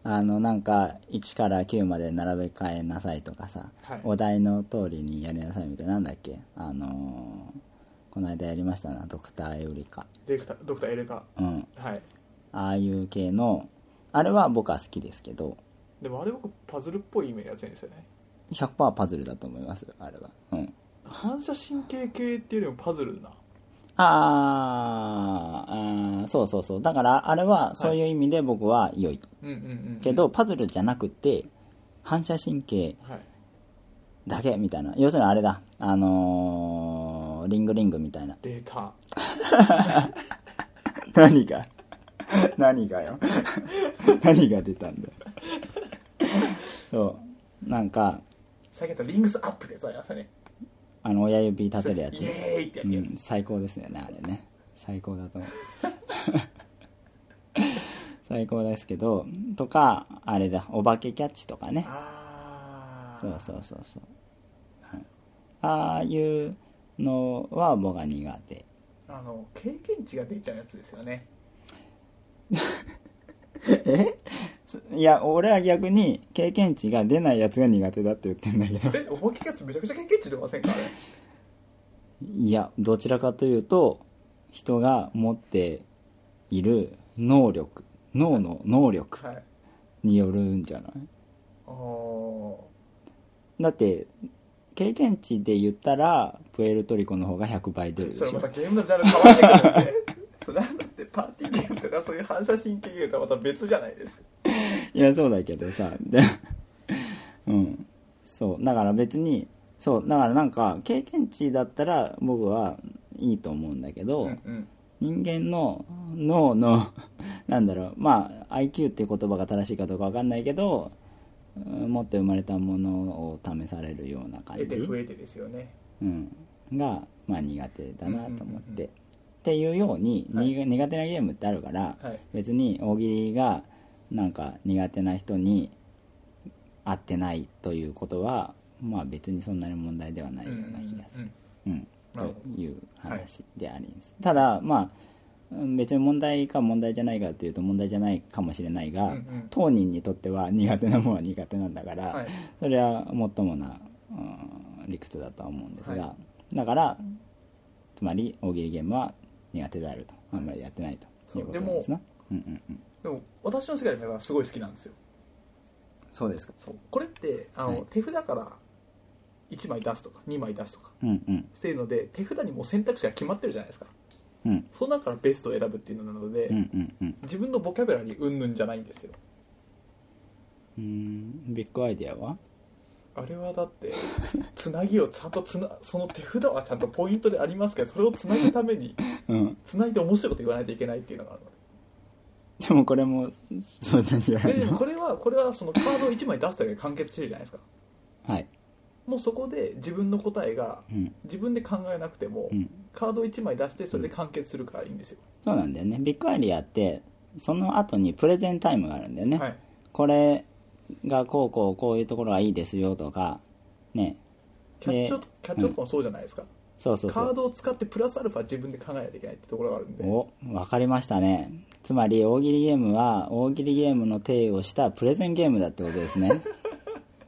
S1: あのなんか1から9まで並べ替えなさいとかさ、
S2: はい
S1: お題の通りにやりなさいみたいななんだっけあのーこの間やりましたなドクターエウレカ
S2: ディレクタードクターエレカ
S1: うん
S2: はい
S1: ああいう系のあれは僕は好きですけど
S2: でもあれ僕パズルっぽいイメージが強いんですよね
S1: 100%パズルだと思いますあれはうん
S2: 反射神経系っていうよりもパズルな
S1: あーあーそうそうそうだからあれはそういう意味で僕は良い
S2: うんうんうん
S1: けど、パズルじゃなくて反射神経
S2: はい
S1: だけみたいな要するにあれだあのーリングリングみたいな
S2: データ
S1: 何が 何がよ 何が出たんだよそうなんか
S2: 最近やったリングスアップでやつありましたね
S1: あの親指立てるや
S2: イエ
S1: つ、
S2: ーイってや
S1: う
S2: るや
S1: ん、最高ですよねあれね最高だと思う 最高ですけどとかあれだお化けキャッチとかね
S2: ああ
S1: そうそうそうそうああいうのは僕は苦手
S2: あの経験値が出ちゃうやつです よね
S1: えいや俺は逆に経験値が出ないやつが苦手だって言ってんだけど
S2: えお化けキャッチめちゃくちゃ経験値出ませんかあれ
S1: いやどちらかというと人が持っている能力脳の能力
S2: はい
S1: によるんじゃない
S2: ああ
S1: だって経験値で言ったらプエルトリコの方が100倍出るでし
S2: それまた
S1: ょ
S2: ゲームのジャンル変わってくるんでそれはだってパーティーゲームとかそういう反射神経ゲームとはまた別じゃないですか
S1: いやそうだけどさ でうんそうだから別にそうだからなんか経験値だったら僕はいいと思うんだけど、
S2: ん
S1: 人間の脳の なんだろうまあ IQ っていう言葉が正しいかどうかわかんないけどうん持って生まれたものを試されるような感じ
S2: 得て増えてですよね
S1: うん、が、まあ、苦手だなと思って、
S2: うんうんうんうん
S1: っていうように、
S2: はい
S1: に苦手なゲームってあるから、
S2: はい
S1: 別に大喜利がなんか苦手な人に合ってないということは、まあ、別にそんなに問題ではないような気がする、うん
S2: なるほ
S1: という話であります、ただまあうん別に問題か問題じゃないかというと問題じゃないかもしれないが、
S2: うんうん
S1: 当人にとっては苦手なものは苦手なんだから、
S2: はい
S1: それはもっともな、うん理屈だとは思うんですが、
S2: は
S1: だからつまり大喜利ゲームは苦手であるとあんまりやってないと
S2: そう
S1: いうことなんですなうんうんうん
S2: でも私の世界ではすごい好きなんですよ
S1: そうですか
S2: そうこれってあの、
S1: はい
S2: 手札から1枚出すとか2枚出すとか
S1: うんうん
S2: してるので手札にもう選択肢が決まってるじゃないですか
S1: うん
S2: その中からベストを選ぶっていうのなので、
S1: うんうんうん
S2: 自分のボキャブラリーうんぬんじゃないんですよ
S1: うーんビッグアイデアは
S2: あれはだってつなぎをちゃんとつなその手札はちゃんとポイントでありますけどそれをつなぐために
S1: うん
S2: つないで面白いこと言わないといけないっていうのがあるので
S1: でもこれもそうなんじゃない
S2: ででも
S1: の
S2: これはこれはそのカードを1枚出すだけで完結してるじゃないですか
S1: はい
S2: もうそこで自分の答えが
S1: うん
S2: 自分で考えなくても、
S1: うん
S2: カード1枚出してそれで完結するからいいんですよ、
S1: そうなんだよねビッグアイデアってその後にプレゼンタイムがあるんだよね、
S2: はい
S1: これがこうこうこういうところがいいですよとかね
S2: キャッチョ
S1: で
S2: キャッチョとかもそうじゃないですか、
S1: そうそうそう
S2: カードを使ってプラスアルファ自分で考えないといけないってところがあるんで
S1: お分かりましたねつまり大喜利ゲームは大喜利ゲームの体をしたプレゼンゲームだってことです ね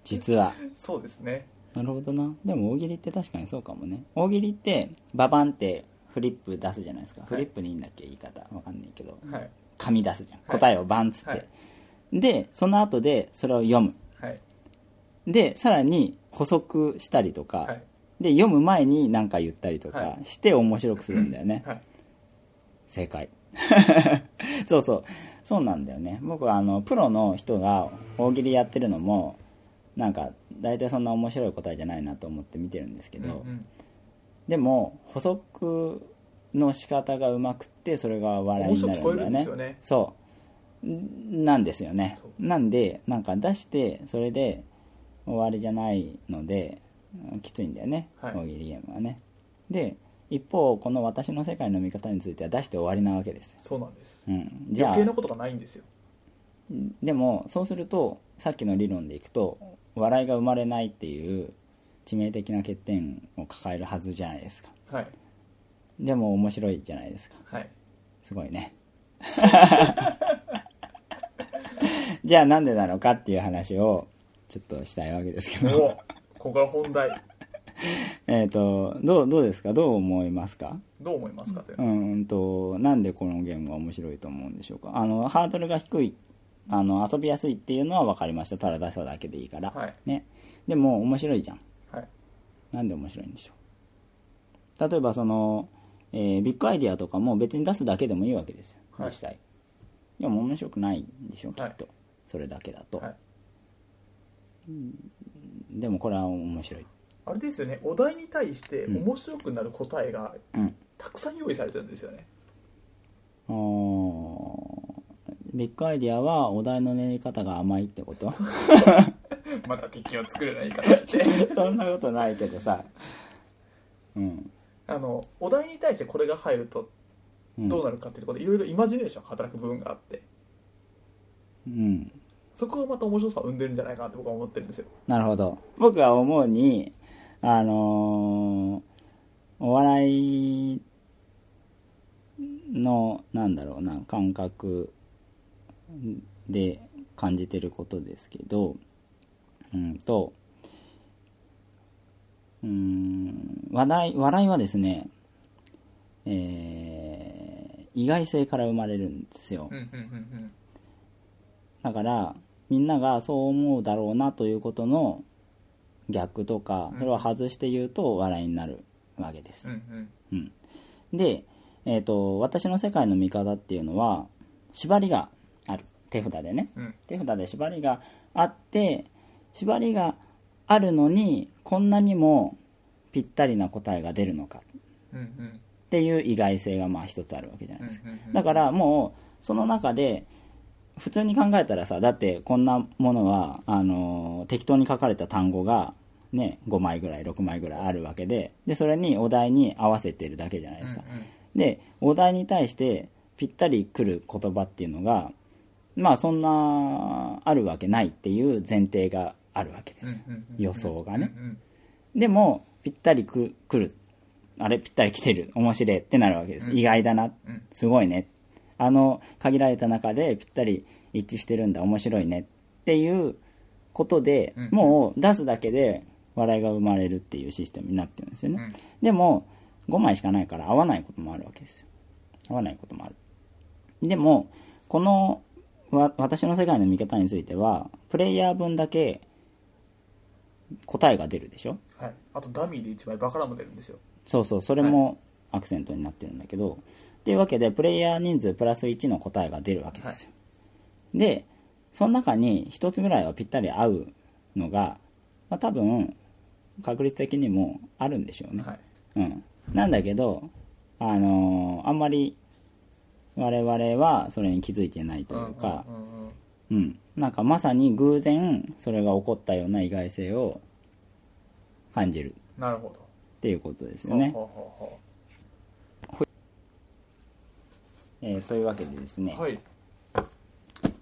S1: 実は
S2: そうですね
S1: なるほどなでも大喜利って確かにそうかもね大喜利ってババンってフリップ出すじゃないですか、
S2: い
S1: フリップにいいんだっけ言い方わかんないけど
S2: はい
S1: 紙出すじゃん答えをバンっつって、
S2: はい
S1: でその後でそれを読む
S2: はい
S1: でさらに補足したりとか、
S2: はい
S1: で読む前に何か言ったりとか
S2: は
S1: して面白くするんだよね、
S2: はい
S1: 正解 そうそうそうなんだよね僕はあのプロの人が大喜利やってるのもなんか大体そんな面白い答えじゃないなと思って見てるんですけど、
S2: うんうん
S1: でも補足の仕方がうまくってそれが笑いになるんだよ
S2: 面白く聞こえるんで
S1: ね
S2: すよね
S1: そうんなんですよね
S2: そ
S1: なんでなんか出してそれで終わりじゃないのでうんきついんだよね、
S2: はい
S1: 大喜利ゲームはねで一方この私の世界の見方については出して終わりなわけです
S2: そうなんです
S1: うん、じゃ
S2: 余
S1: あ
S2: 計なことがないんですよ
S1: でもそうするとさっきの理論でいくと笑いが生まれないっていう致命的な欠点を抱えるはずじゃないですか
S2: はい
S1: でも面白いじゃないですか
S2: はい
S1: すごいね じゃあなんでなのかっていう話をちょっとしたいわけですけ
S2: お
S1: ど
S2: ここが本題
S1: えっと、どう、どうですかどう思いますか
S2: どう思いますかって、
S1: うーんと、なんでこのゲームが面白いと思うんでしょうかあの、ハードルが低い、あの、遊びやすいっていうのは分かりました。ただ出しただけでいいから。
S2: はい
S1: ね。でも、面白いじゃん。
S2: はい
S1: なんで面白いんでしょう例えばその、えービッグアイディアとかも別に出すだけでもいいわけですよ
S2: はい
S1: 実際、でも面白くないんでしょき
S2: はい
S1: っと、それだけだと、
S2: はい
S1: でもこれは面白い
S2: あれですよねお題に対して
S1: うん
S2: 面白くなる答えが
S1: うん
S2: たくさん用意されてるんですよね、
S1: あービッグアイディアはお題の練り方が甘いってこと
S2: また敵を作れない言い方して
S1: そんなことないけどさうん、
S2: あのお題に対してこれが入ると
S1: うん、
S2: どうなるかっていうところでいろいろイマジネーション働く部分があって
S1: うん
S2: そこがまた面白さを生んでるんじゃないかなって僕は思ってるんですよ
S1: なるほど。僕は思うに、あのーお笑いの、なんだろうな、感覚で感じてることですけど、うんと、うーん、話題、笑いはですね、えー意外性から生まれるんですよ。
S2: うんうんうん
S1: だからみんながそう思うだろうなということの逆とか
S2: うん
S1: それを外して言うと笑いになるわけです、
S2: うんうん
S1: うんで、えー、と私の世界の見方っていうのは縛りがある手札でね
S2: うん
S1: 手札で縛りがあって縛りがあるのにこんなにもぴったりな答えが出るのか
S2: うんうん
S1: っていう意外性がまあ一つあるわけじゃないですか
S2: うんうんうん
S1: だからもうその中で普通に考えたらさだってこんなものはあのー適当に書かれた単語が、ね、5枚ぐらい6枚ぐらいあるわけででそれにお題に合わせてるだけじゃないですか、
S2: うんうん
S1: でお題に対してぴったりくる言葉っていうのがまあそんなあるわけないっていう前提があるわけです、
S2: うんうんうん
S1: 予想がね
S2: うんうん
S1: でもぴったりくくるあれぴったり来てる面白いってなるわけです、
S2: うん
S1: 意外だな
S2: うん
S1: すごいねあの限られた中でぴったり一致してるんだ面白いねっていうことで、
S2: うん
S1: もう出すだけで笑いが生まれるっていうシステムになってるんですよ
S2: う
S1: ね、
S2: ん
S1: でも5枚しかないから合わないこともあるわけですよ合わないこともあるでもこのわ私の世界の見方についてはプレイヤー分だけ答えが出るでしょ
S2: はい、あとダミーで1枚バカラも出るんですよ
S1: そうそうそれもアクセントになってるんだけど、っていうわけでプレイヤー人数プラス1の答えが出るわけですよ、でその中に1つぐらいはぴったり合うのが、まあ、多分確率的にもあるんでしょうね、
S2: はい
S1: うん、なんだけど、あのーあんまり我々はそれに気づいてないというか、
S2: うんうんうんうん
S1: うんなんかまさに偶然それが起こったような意外性を感じる
S2: なるほど
S1: っていうことですよね、
S2: ほうほうほ
S1: えーというわけでですね、
S2: うはい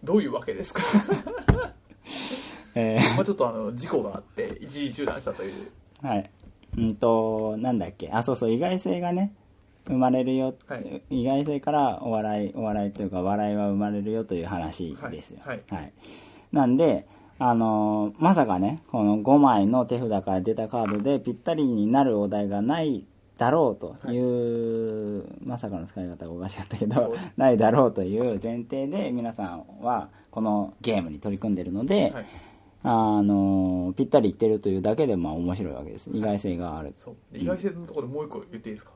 S2: どういうわけですか
S1: えー
S2: まあちょっとあの事故があって一時中断したという
S1: はい。うんと、なんだっけ。あ、そうそう、意外性がね、生まれるよ、
S2: はい
S1: 意外性からお笑い、お笑いというか、笑いは生まれるよという話ですよ。
S2: はい
S1: なんで、あのーまさかね、この5枚の手札から出たカードでぴったりになるお題がないだろうという、まさかの使い方がおかしかったけ
S2: そう
S1: ど、ないだろうという前提で皆さんはこのゲームに取り組んでるので、
S2: はい
S1: あのぴったりいってるというだけでまあ面白いわけです意外性がある
S2: そうで意外性のところでもう一個言っていいですか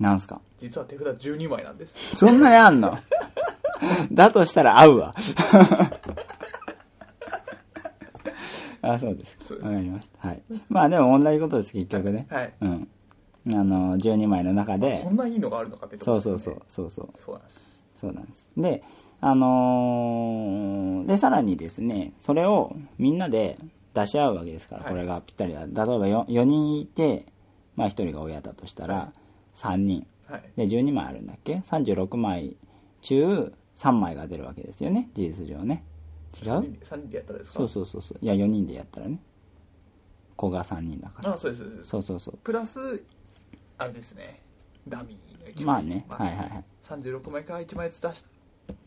S1: なんすか
S2: 実は手札12枚なんです
S1: そんなにあんの だとしたら合うわ あそうです
S2: そうです
S1: わかりましたはいまあでも同じことです結局ね
S2: はい
S1: うんあの12枚の中で
S2: こんないいのがあるのかってとこ
S1: そ
S2: ろ
S1: う
S2: です
S1: そ
S2: よ
S1: う
S2: ね
S1: そうそうそう
S2: そうなんです
S1: そうなんですであのーでさらにですねそれをみんなで出し合うわけですから、
S2: はい
S1: これがぴったりだ例えば 4, 4人いて、まあ、1人が親だとした
S2: は
S1: ら3人
S2: はい
S1: で12枚あるんだっけ36枚中3枚が出るわけですよね事実上ね違
S2: 3
S1: う
S2: 人で三人でやったらですか
S1: そうそうそうそういや4人でやったらね子が3人だから
S2: あそうですそうです
S1: そうそうそう
S2: プラスあれですねダミーの1枚
S1: まあねはいはいはい
S2: 36枚から1枚ずつ出し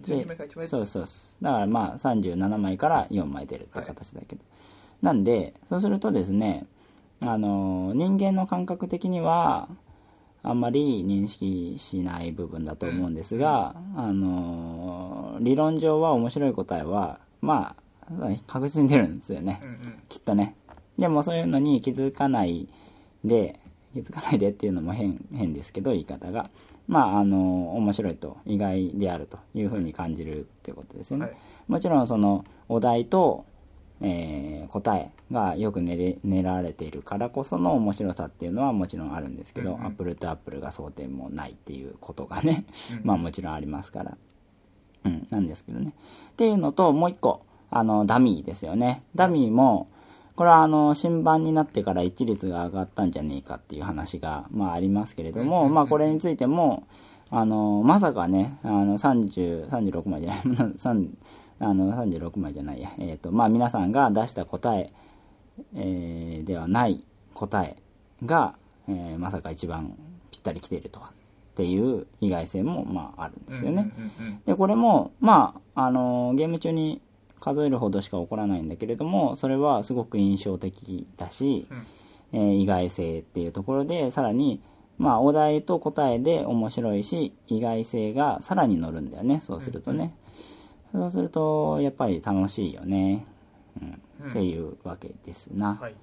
S1: で
S2: 12枚から1枚ずつ
S1: そうそうそうだからまあ37枚から4枚出るって形だけど、なんでそうするとですねあの人間の感覚的にはあんまり認識しない部分だと思うんですが、あの理論上は面白い答えはまあ確実に出るんですよね、
S2: うんうん
S1: きっとねでもそういうのに気づかないで気づかないでっていうのも変変ですけど言い方がまああの面白いと意外であるというふうに感じるってことですよね、
S2: はい
S1: もちろんそのお題と、えー答えがよく練れ練られているからこその面白さっていうのはもちろんあるんですけど、
S2: うんうん
S1: アップルとアップルが争点もないっていうことがね、
S2: う ん
S1: まあもちろんありますから、うん、なんですけどね。っていうのと、もう一個、あの、ダミーですよね。ダミーも、これはあの、新版になってから一率が上がったんじゃねえかっていう話が、まあありますけれど
S2: うんうん
S1: も、
S2: うん
S1: まあこれについても、あの、まさかね、あの、30、36枚じゃない、3あの36枚じゃないや。えっ、と、まあ皆さんが出した答え、えーではない答えが、えーまさか一番ぴったりきているとはっていう意外性もまああるんですよね。
S2: うんうんうん
S1: でこれもまあ、あのーゲーム中に数えるほどしか起こらないんだけれどもそれはすごく印象的だし、えー意外性っていうところでさらにまあお題と答えで面白いし意外性がさらに乗るんだよねそうするとね、そうするとやっぱり楽しいよね、うん
S2: うん
S1: っていうわけですな、
S2: はい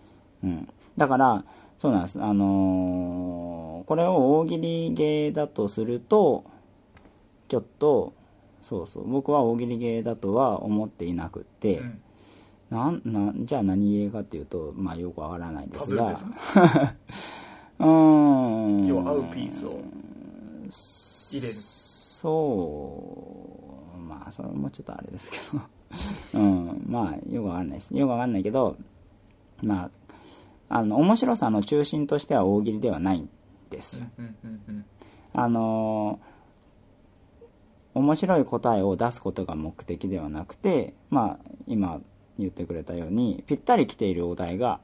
S1: うん、だからそうなんですあのーこれを大喜利ゲーだとするとちょっとそうそう僕は大喜利ゲーだとは思っていなくって、
S2: うん
S1: なんなんじゃあ何ゲーかっていうとまあよくわからないで
S2: パ
S1: す
S2: ズル
S1: が
S2: ですね
S1: うーん
S2: 要は合うピースを入れる
S1: そうまあそれもちょっとあれですけど うんまあよくわかんないですよくわかんないけどまああの面白さの中心としては大喜利ではないんですよ、
S2: うんうんうん
S1: あのー面白い答えを出すことが目的ではなくてまあ今言ってくれたようにぴったり来ているお題が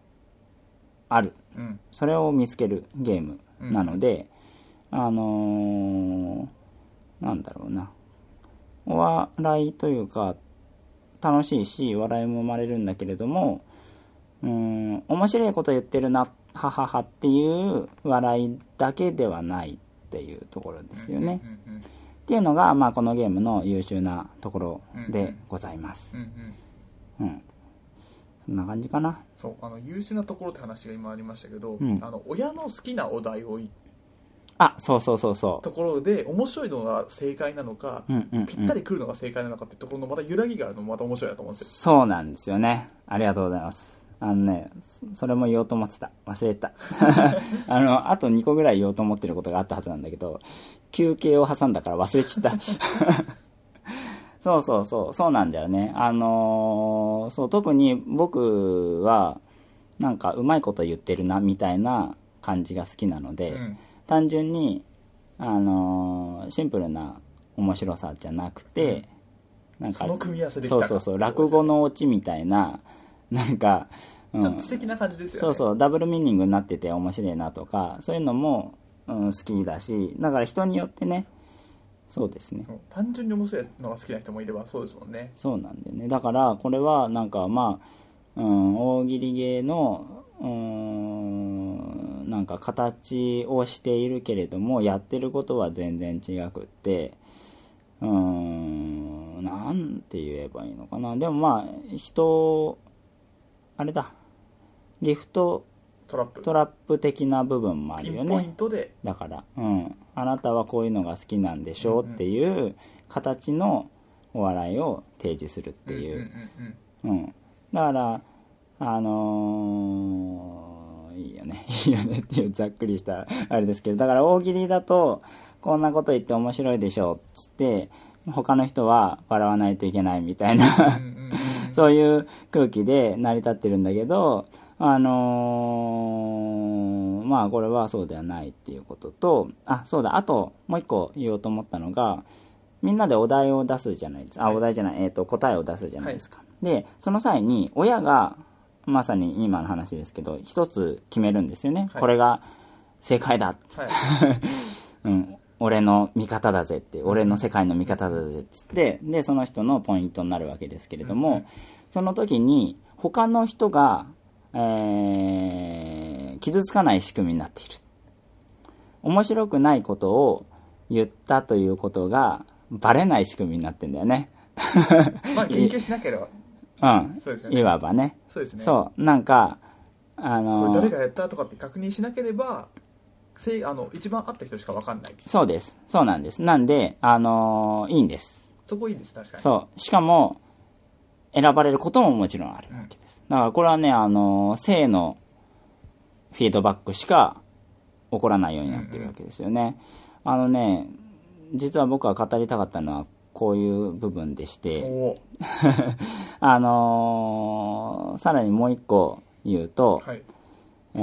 S1: ある
S2: うんうん
S1: それを見つけるゲームなので、あのーなんだろうなお笑いというか楽しいし笑いも生まれるんだけれどもうーん面白いこと言ってるなはははっていう笑いだけではないっていうところですよね、っ
S2: うんうん
S1: ていうのが、まあ、このゲームの優秀なところでございます
S2: うんうん
S1: うんそんな感じかな
S2: そうあの優秀なところって話が今ありましたけど、
S1: うん
S2: あの親の好きなお題を言っ
S1: あそうそうそうそ
S2: ところで面白いのが正解なのか、
S1: ううんうん、うん、
S2: ぴったり来るのが正解なのかってところのまた揺らぎがあるのもまた面白いなと思うんですよ
S1: そうなんですよね。ありがとうございます。あのね、そそれも言おうと思ってた。忘れてた。 あの、あと2個ぐらい言おうと思ってることがあったはずなんだけど、休憩を挟んだから忘れちゃった。 そうそうそう、そうなんだよね。あのーそう、特に僕は、なんかうまいこと言ってるな、みたいな感じが好きなので、
S2: うん
S1: 単純に、あのーシンプルな面白さじゃなくて、なん
S2: その組み合わせできた
S1: そ
S2: か
S1: うそうそう落語のオチみたいな なんか、うん
S2: ちょっと知的な感じですよね
S1: そうそうダブルミーニングになってて面白いなとかそういうのも、うん、好きだしだから人によってねそうですね
S2: うん単純に面白いのが好きな人もいればそうですもんね
S1: そうなんだよねだからこれはなんかまあ、うん、大喜利芸のうんなんか形をしているけれどもやってることは全然違くってうんなんて言えばいいのかなでもまあ人あれだギフト
S2: トラップ
S1: トラップ的な部分もあ
S2: ピ
S1: るよ
S2: ンポイ
S1: ね
S2: ントで
S1: だから、うん、あなたはこういうのが好きなんでしょうっていう形のお笑いを提示するってい
S2: うん
S1: う、
S2: うんうん
S1: うん、だからあのーいいよね いいよねっていうざっくりしたあれですけどだから大喜利だとこんなこと言って面白いでしょうっつって他の人は笑わないといけないみたいな
S2: うんうんうんう ん
S1: そういう空気で成り立ってるんだけど、あのーまあこれはそうではないっていうことと、あ、そうだ、あともう一個言おうと思ったのが、みんなでお題を出すじゃないですか。あ、
S2: はい
S1: お題じゃない、えっ、と、答えを出すじゃないですか。で、その際に親が、まさに今の話ですけど、一つ決めるんですよね。
S2: はい
S1: これが正解だ。
S2: はい
S1: うん、俺の味方だぜって、俺の世界の味方だぜっつって、で、その人のポイントになるわけですけれども、
S2: うんうん
S1: その時に、他の人が、えー傷つかない仕組みになっている。面白くないことを言ったということがバレない仕組みになってんだよね。
S2: まあ研究しなければ
S1: うん。
S2: そうですよね
S1: いわばね。
S2: そうですね
S1: そう。なんか、あ
S2: これ
S1: の
S2: 誰がやったとかって確認しなければせいあの一番会った人しか分かんない
S1: そうです。そうなんです。なんで、あのいいんです。
S2: そこいいです確かに
S1: そう。しかも、選ばれることももちろんあるわけです。だからこれはね、あの性のフィードバックしか起こらないようになってるわけですよね。あのね、実は僕は語りたかったのは、こういう部分でして、
S2: おー
S1: あのーさらにもう一個言うと、
S2: はい
S1: え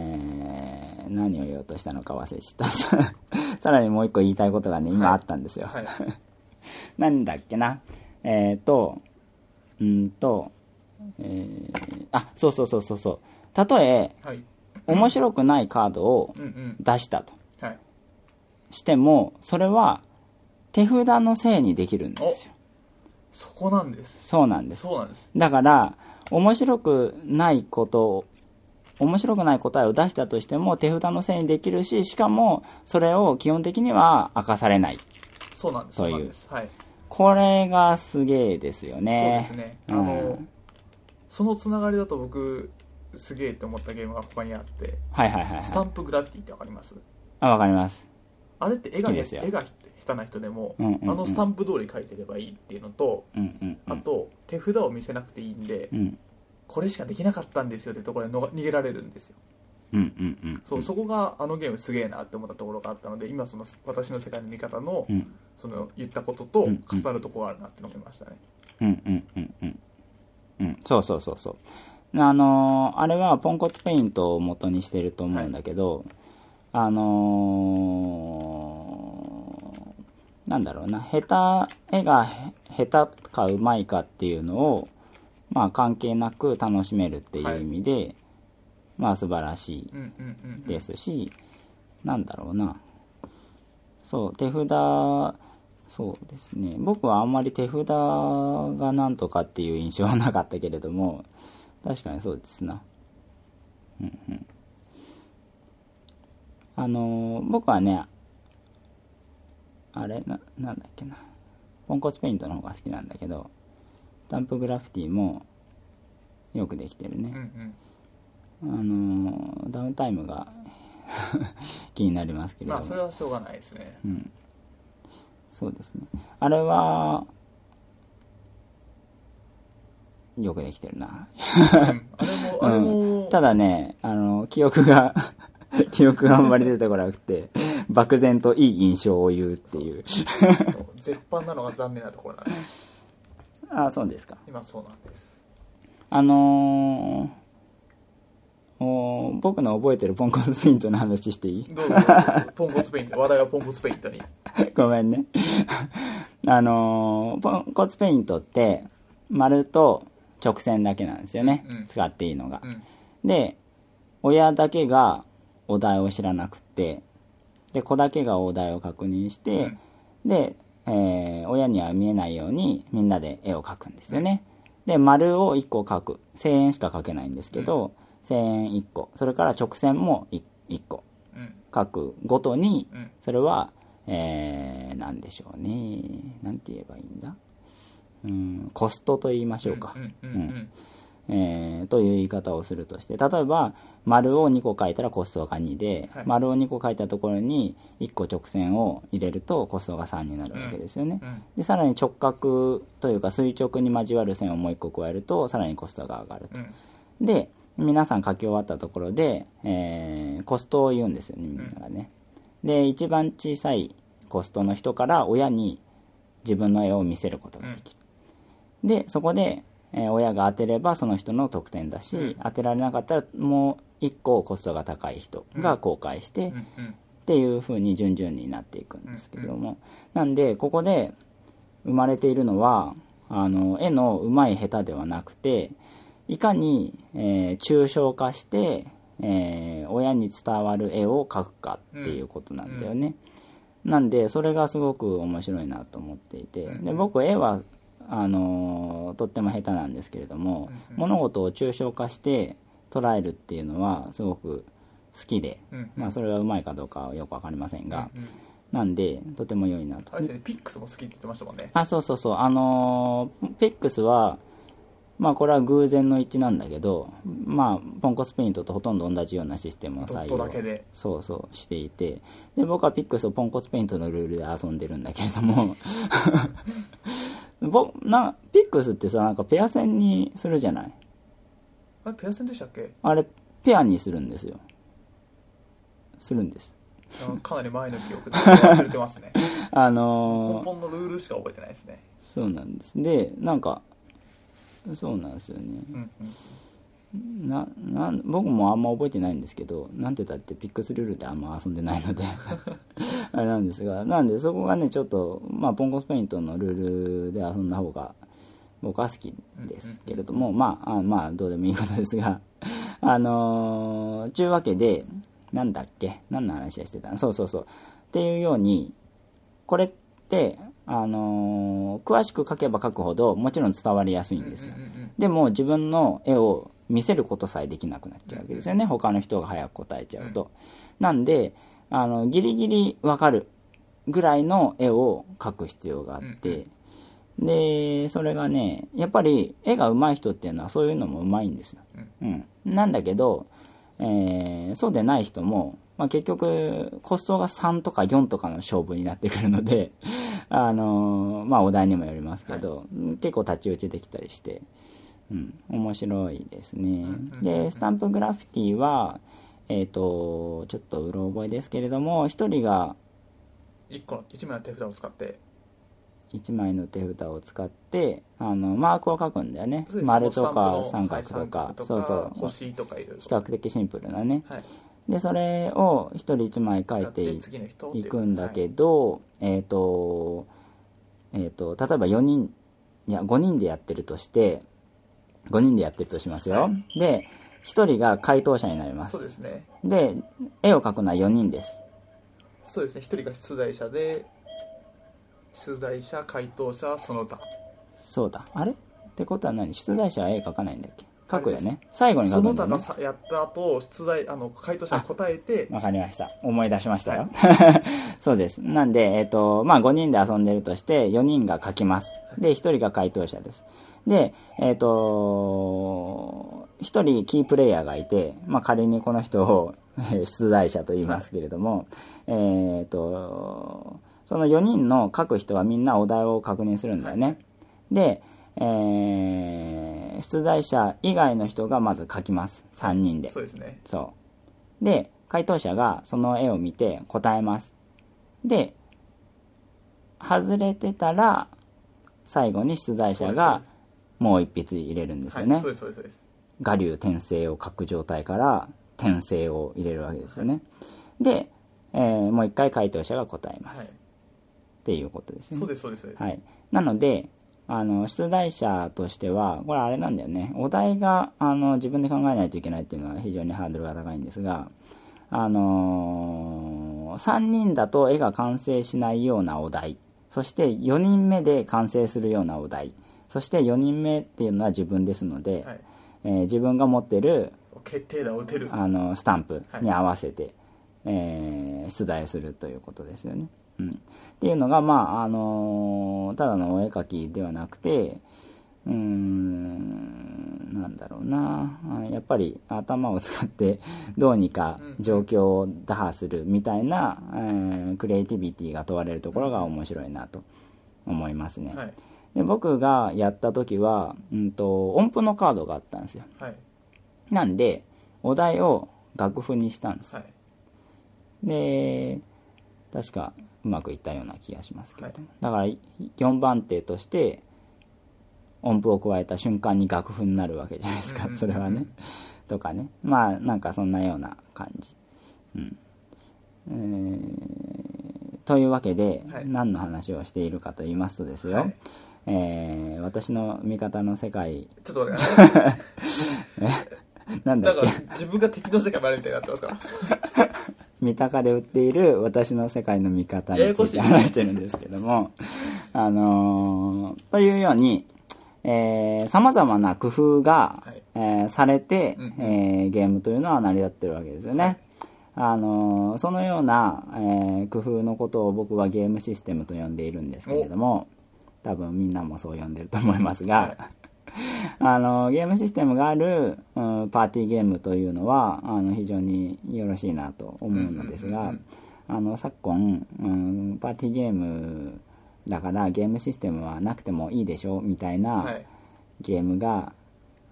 S1: ー何を言おうとしたのか忘れちゃった。 さらにもう一個言いたいことがね、今あったんですよ。
S2: はい
S1: なんだっけな。えっ、と、うーんと、えーあ、そうそうそうそうそう。たとえ、
S2: はい
S1: 面白くないカードを
S2: うんうん
S1: 出したと
S2: はい
S1: しても、それは手札のせいにできるんですよ。
S2: そこなんです
S1: そうなんです。
S2: そうなんです
S1: だから面白くないことを面白くない答えを出したとしても手札のせいにできるししかもそれを基本的には明かされない
S2: そうなんです
S1: そ
S2: そうう
S1: いう
S2: なんですはい
S1: これがすげえですよね
S2: そうですね、
S1: うん
S2: あのそのつながりだと僕すげえって思ったゲームが他にあって
S1: はいはいはい
S2: スタ
S1: はい
S2: ンプグラフィティってわかります
S1: あわかります
S2: あれって絵が
S1: 好き
S2: ね
S1: ですよ
S2: 絵が下手な人でも、
S1: うんうんうん
S2: あのスタンプ通り描いてればいいっていうのと
S1: うんうんう
S2: あ
S1: ん
S2: と手札を見せなくていいんで、
S1: うん
S2: これしかできなかったんですよってところでの逃げられるんですよ
S1: うんうんうん
S2: そうそこがあのゲームすげえなって思ったところがあったので今その私の世界の見方の,、
S1: うん
S2: その言ったことと
S1: うんうん
S2: 重なるところがあるなって思いましたね、
S1: うんうんうんうんうんそうそうそうそうあのーあれはポンコツペイントを元にしてると思うんだけど、あのーなんだろうな下手絵がへ下手かうまいかっていうのをまあ関係なく楽しめるっていう意味で、まあ素晴らしい
S2: うんうんうんうん
S1: ですし、なんだろうな。そう、手札、そうですね。僕はあんまり手札がなんとかっていう印象はなかったけれども、確かにそうですな。うんうん。あのー、僕はね、あれな、なんだっけな。ポンコツペイントの方が好きなんだけど、スタンプグラフィティもよくできてるね。
S2: うんうん
S1: あのーダウンタイムが 気になりますけれど
S2: ま
S1: も、
S2: あそれはしょうがないですね、
S1: うん、そうですねあれはよくできてるな
S2: うんあれもあれ
S1: う
S2: も
S1: ん、ただねあの記憶が 記憶があんまり出てこなくて漠然といい印象を言うって いう
S2: そう絶版なのが残念なところなんです
S1: あそうですか
S2: 今そうなんです
S1: あのーおー僕の覚えてるポンコツピントの話していい
S2: どうぞポンコツペイント話題がポンコツペイントに
S1: ごめんね。あのーポンコツペイントって、丸と直線だけなんですよね。
S2: うん
S1: 使っていいのが
S2: う。ん
S1: で、親だけがお題を知らなくて、で、子だけがお題を確認して、で、えー親には見えないようにみんなで絵を描くんですよね。で、丸を1個描く。1000円しか描けないんですけど、1000円1個。それから直線も 1, 個。
S2: うん
S1: 描くごとに、
S2: うん
S1: それは、えー、なんでしょうね。なんて言えばいいんだ。うん、コストと言いましょうか。
S2: うんうんうん
S1: えーという言い方をするとして、例えば、丸を2個書いたらコストが2で、
S2: はい
S1: 丸を2個書いたところに1個直線を入れるとコストが3になるわけですよね。
S2: うんうん
S1: で、さらに直角というか垂直に交わる線をもう1個加えると、さらにコストが上がると。
S2: うん
S1: で、皆さん書き終わったところで、えーコストを言うんですよね、みんながね。で、一番小さいコストの人から親に自分の絵を見せることができる。で、そこで、えー親が当てればその人の得点だし、
S2: うん
S1: 当てられなかったらもう一個コストが高い人が公開して、
S2: うんうん
S1: っていう風に順々になっていくんですけれども、なんでここで生まれているのはあの絵の上手い下手ではなくていかに、えー抽象化して、えー親に伝わる絵を描くかっていうことなんだよね、なんでそれがすごく面白いなと思っていて
S2: うん
S1: で僕絵はあのーとっても下手なんですけれども、
S2: うんうん
S1: 物事を抽象化して捉えるっていうのはすごく好きで、
S2: うん
S1: まあ、それはうまいかどうかはよく分かりませんが、
S2: うんうん
S1: なんでとても良いなと
S2: あれですねピックスも好きって言ってましたもんね
S1: あそうそうそうあのーペックスはまあこれは偶然の一致なんだけどまあポンコスペイントとほとんど同じようなシステムを
S2: ドッ
S1: 採
S2: トだ
S1: 用
S2: けで
S1: そうそうしていてで僕はピックスをポンコツペイントのルールで遊んでるんだけれども ぼなピックスってさなんかペア戦にするじゃない
S2: あれペア戦でしたっけ
S1: あれペアにするんですよするんです
S2: あのかなり前の記憶で忘れてますね
S1: あ
S2: 根
S1: のー
S2: 本のルールしか覚えてないですね
S1: そうなんですでなんかそうなんですよね
S2: うんうん
S1: ななん僕もあんま覚えてないんですけどなんてだってピックスルールってあんま遊んでないのであれなんですがなんでそこがねちょっと、まあ、ポンコスペイントのルールで遊んだ方が僕は好きですけれども、まああまあどうでもいいことですが あのー、ちゅうわけでなんだっけ何の話をしてたのそうそうそうっていうようにこれって、あのー詳しく書けば書くほどもちろん伝わりやすいんですよ
S2: うんうんうん
S1: でも自分の絵を見せることさえできなくなっちゃうわけですよね他の人が早く答えちゃうと、なんであのギリギリわかるぐらいの絵を描く必要があって、でそれがねやっぱり絵が上手い人っていうのはそういうのも上手いんですよ、うんなんだけど、えーそうでない人も、まあ、結局コストが3とか4とかの勝負になってくるので あのーまあお題にもよりますけど、結構太刀打ちできたりしてうん、面白いですね
S2: ん。うんうん
S1: で、スタンプグラフィティは、えっ、と、ちょっとうろ覚えですけれども、一人が
S2: 一個の一枚の手札を使って
S1: 一枚の手札を使って、あの、マークを書くんだよね
S2: そうで。す
S1: 丸と
S2: その
S1: か
S2: スタ
S1: 三
S2: ンプの
S1: 角とか
S2: はい三角、と
S1: そうそう。
S2: 星とかいろい
S1: 比較
S2: ろ
S1: 的シンプルなね。
S2: はい
S1: で、それを一人一枚書いて
S2: 使っ
S1: い
S2: 次の人ってい
S1: いうくんだ
S2: は
S1: けど、えっ、と、えっ、と、例えば4人、いや、5人でやってるとして、5人でやってるとしますよ。
S2: は
S1: で、1人が回答者になり
S2: い
S1: ます
S2: そう。ですね
S1: で、絵を描くのは4人です。
S2: そうですね一人が出題者で出題者回答者その他
S1: そうだ。あれってことは何出題者は絵描かないんだっけ描
S2: あれ
S1: く
S2: で
S1: よ
S2: す
S1: ね。最後に
S2: そ
S1: 描く
S2: の
S1: んだ
S2: 他
S1: よね
S2: が。さやった後出題あの回答者が答えて
S1: わかりました。思い出しましたよ。 そうです。なんで、えっ、と、まあ、5人で遊んでるとして、4人が書きます。で、1人が回答者です。で、えっ、と、1人キープレイヤーがいて、まあ、仮にこの人をえー出題者と言いますけれども、えっ、と、その4人の書く人はみんなお題を確認するんだよね。で、えー出題者以外の人がまず書きます。3人で。
S2: そうですね
S1: そう。で、回答者がその絵を見て答えます。で、外れてたら、最後に出題者がもう一筆入れるんです
S2: は
S1: よ
S2: い
S1: ね。
S2: そうですそうですそうです
S1: 我流転生を書く状態から転生を入れるわけですよね。で、えーもう一回回答者が答えます。
S2: はい
S1: っていうことですよね。
S2: そうですそうですそうです
S1: はい、なのであの出題者としてはこれあれなんだよねお題があの自分で考えないといけないっていうのは非常にハードルが高いんですが、あのー3人だと絵が完成しないようなお題そして4人目で完成するようなお題そして4人目っていうのは自分ですので、
S2: はい
S1: えー自分が持ってる
S2: 決定打を打てる
S1: あのスタンプに合わせて、えー出題するということですよね。うん、っていうのが、まああのーただのお絵描きではなくてうーんなんだろうなあやっぱり頭を使って どうにか状況を打破するみたいな、えークリエイティビティが問われるところが面白いなと思いますね。
S2: はい
S1: で僕がやった時は、うん、と音符のカードがあったんですよ。
S2: はい
S1: なんで、お題を楽譜にしたんです。
S2: はい
S1: で、確かうまくいったような気がしますけれども。
S2: は
S1: だから、い4番手として、音符を加えた瞬間に楽譜になるわけじゃないです
S2: うんうん
S1: か
S2: う。ん
S1: それはね。とかね。まあ、なんかそんなような感じ。うん。えーというわけで、
S2: はい
S1: 何の話をしているかと言いますとですよ、
S2: はい
S1: えー私の味方の世界、
S2: ちょっと待ってね
S1: なんだ
S2: だ
S1: っ
S2: か
S1: け
S2: ら自分が敵の世界までみたいになってますから
S1: 三鷹で売っている私の世界の見方に
S2: やや
S1: つ
S2: こ
S1: い
S2: しい
S1: て話してるんですけども、あのーというように、えー、様々な工夫が、
S2: はい
S1: えーされて、
S2: うん
S1: えーゲームというのは成り立ってるわけですよね。あのーそのような、えー工夫のことを僕はゲームシステムと呼んでいるんですけれども、多分みんなもそう呼んでると思いますが、
S2: はい
S1: あのゲームシステムがある、うんパーティーゲームというのはあの非常によろしいなと思うのです
S2: うんうん
S1: が
S2: うんうん
S1: あの昨今、うん、パーティーゲームだからゲームシステムはなくてもいいでしょみたい
S2: は
S1: ないゲームが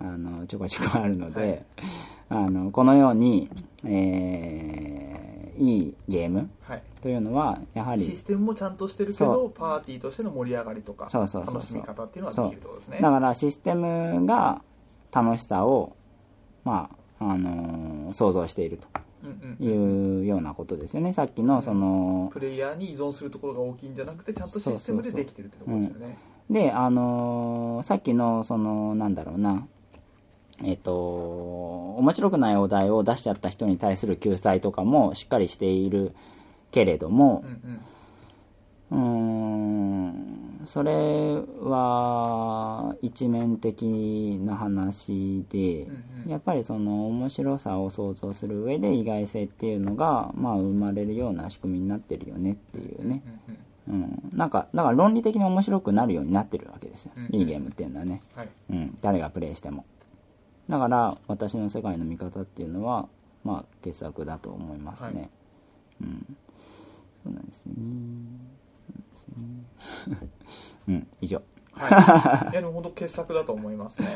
S1: あのちょこちょこあるの
S2: はい
S1: で、あのこのように、えーいいゲーム
S2: はい
S1: というのはやは
S2: シ
S1: り
S2: ステムもちゃんとしてるけ
S1: そ
S2: どパーティーとしての盛り上がりとか
S1: そうそうそうそう
S2: 楽しみ方っていうのはできるってことですね
S1: だからシステムが楽しさを、まああのー想像している
S2: うん
S1: と
S2: うん
S1: いうようなことですよねさっきのその
S2: プレイヤーに依存するところが大きいんじゃなくてちゃんとシステムでできてるってところですよね
S1: であのーさっきのそのなんだろうなえっ、と面白くないお題を出しちゃった人に対する救済とかもしっかりしているけれども
S2: うんうん
S1: うーんそれは一面的な話で、
S2: うんうん
S1: やっぱりその面白さを想像する上で意外性っていうのが、まあ、生まれるような仕組みになってるよねっていうね、
S2: うんうん
S1: うん、なんかだから論理的に面白くなるようになってるわけですよ、
S2: うん
S1: いいゲームっていうのはね、
S2: はい
S1: うん、誰がプレイしてもだから私の世界の見方っていうのはまあ傑作だと思いますね、
S2: は
S1: うんそうなんですよねそうなんですよね うん以上
S2: はい、いやでも本当傑作だと思いますね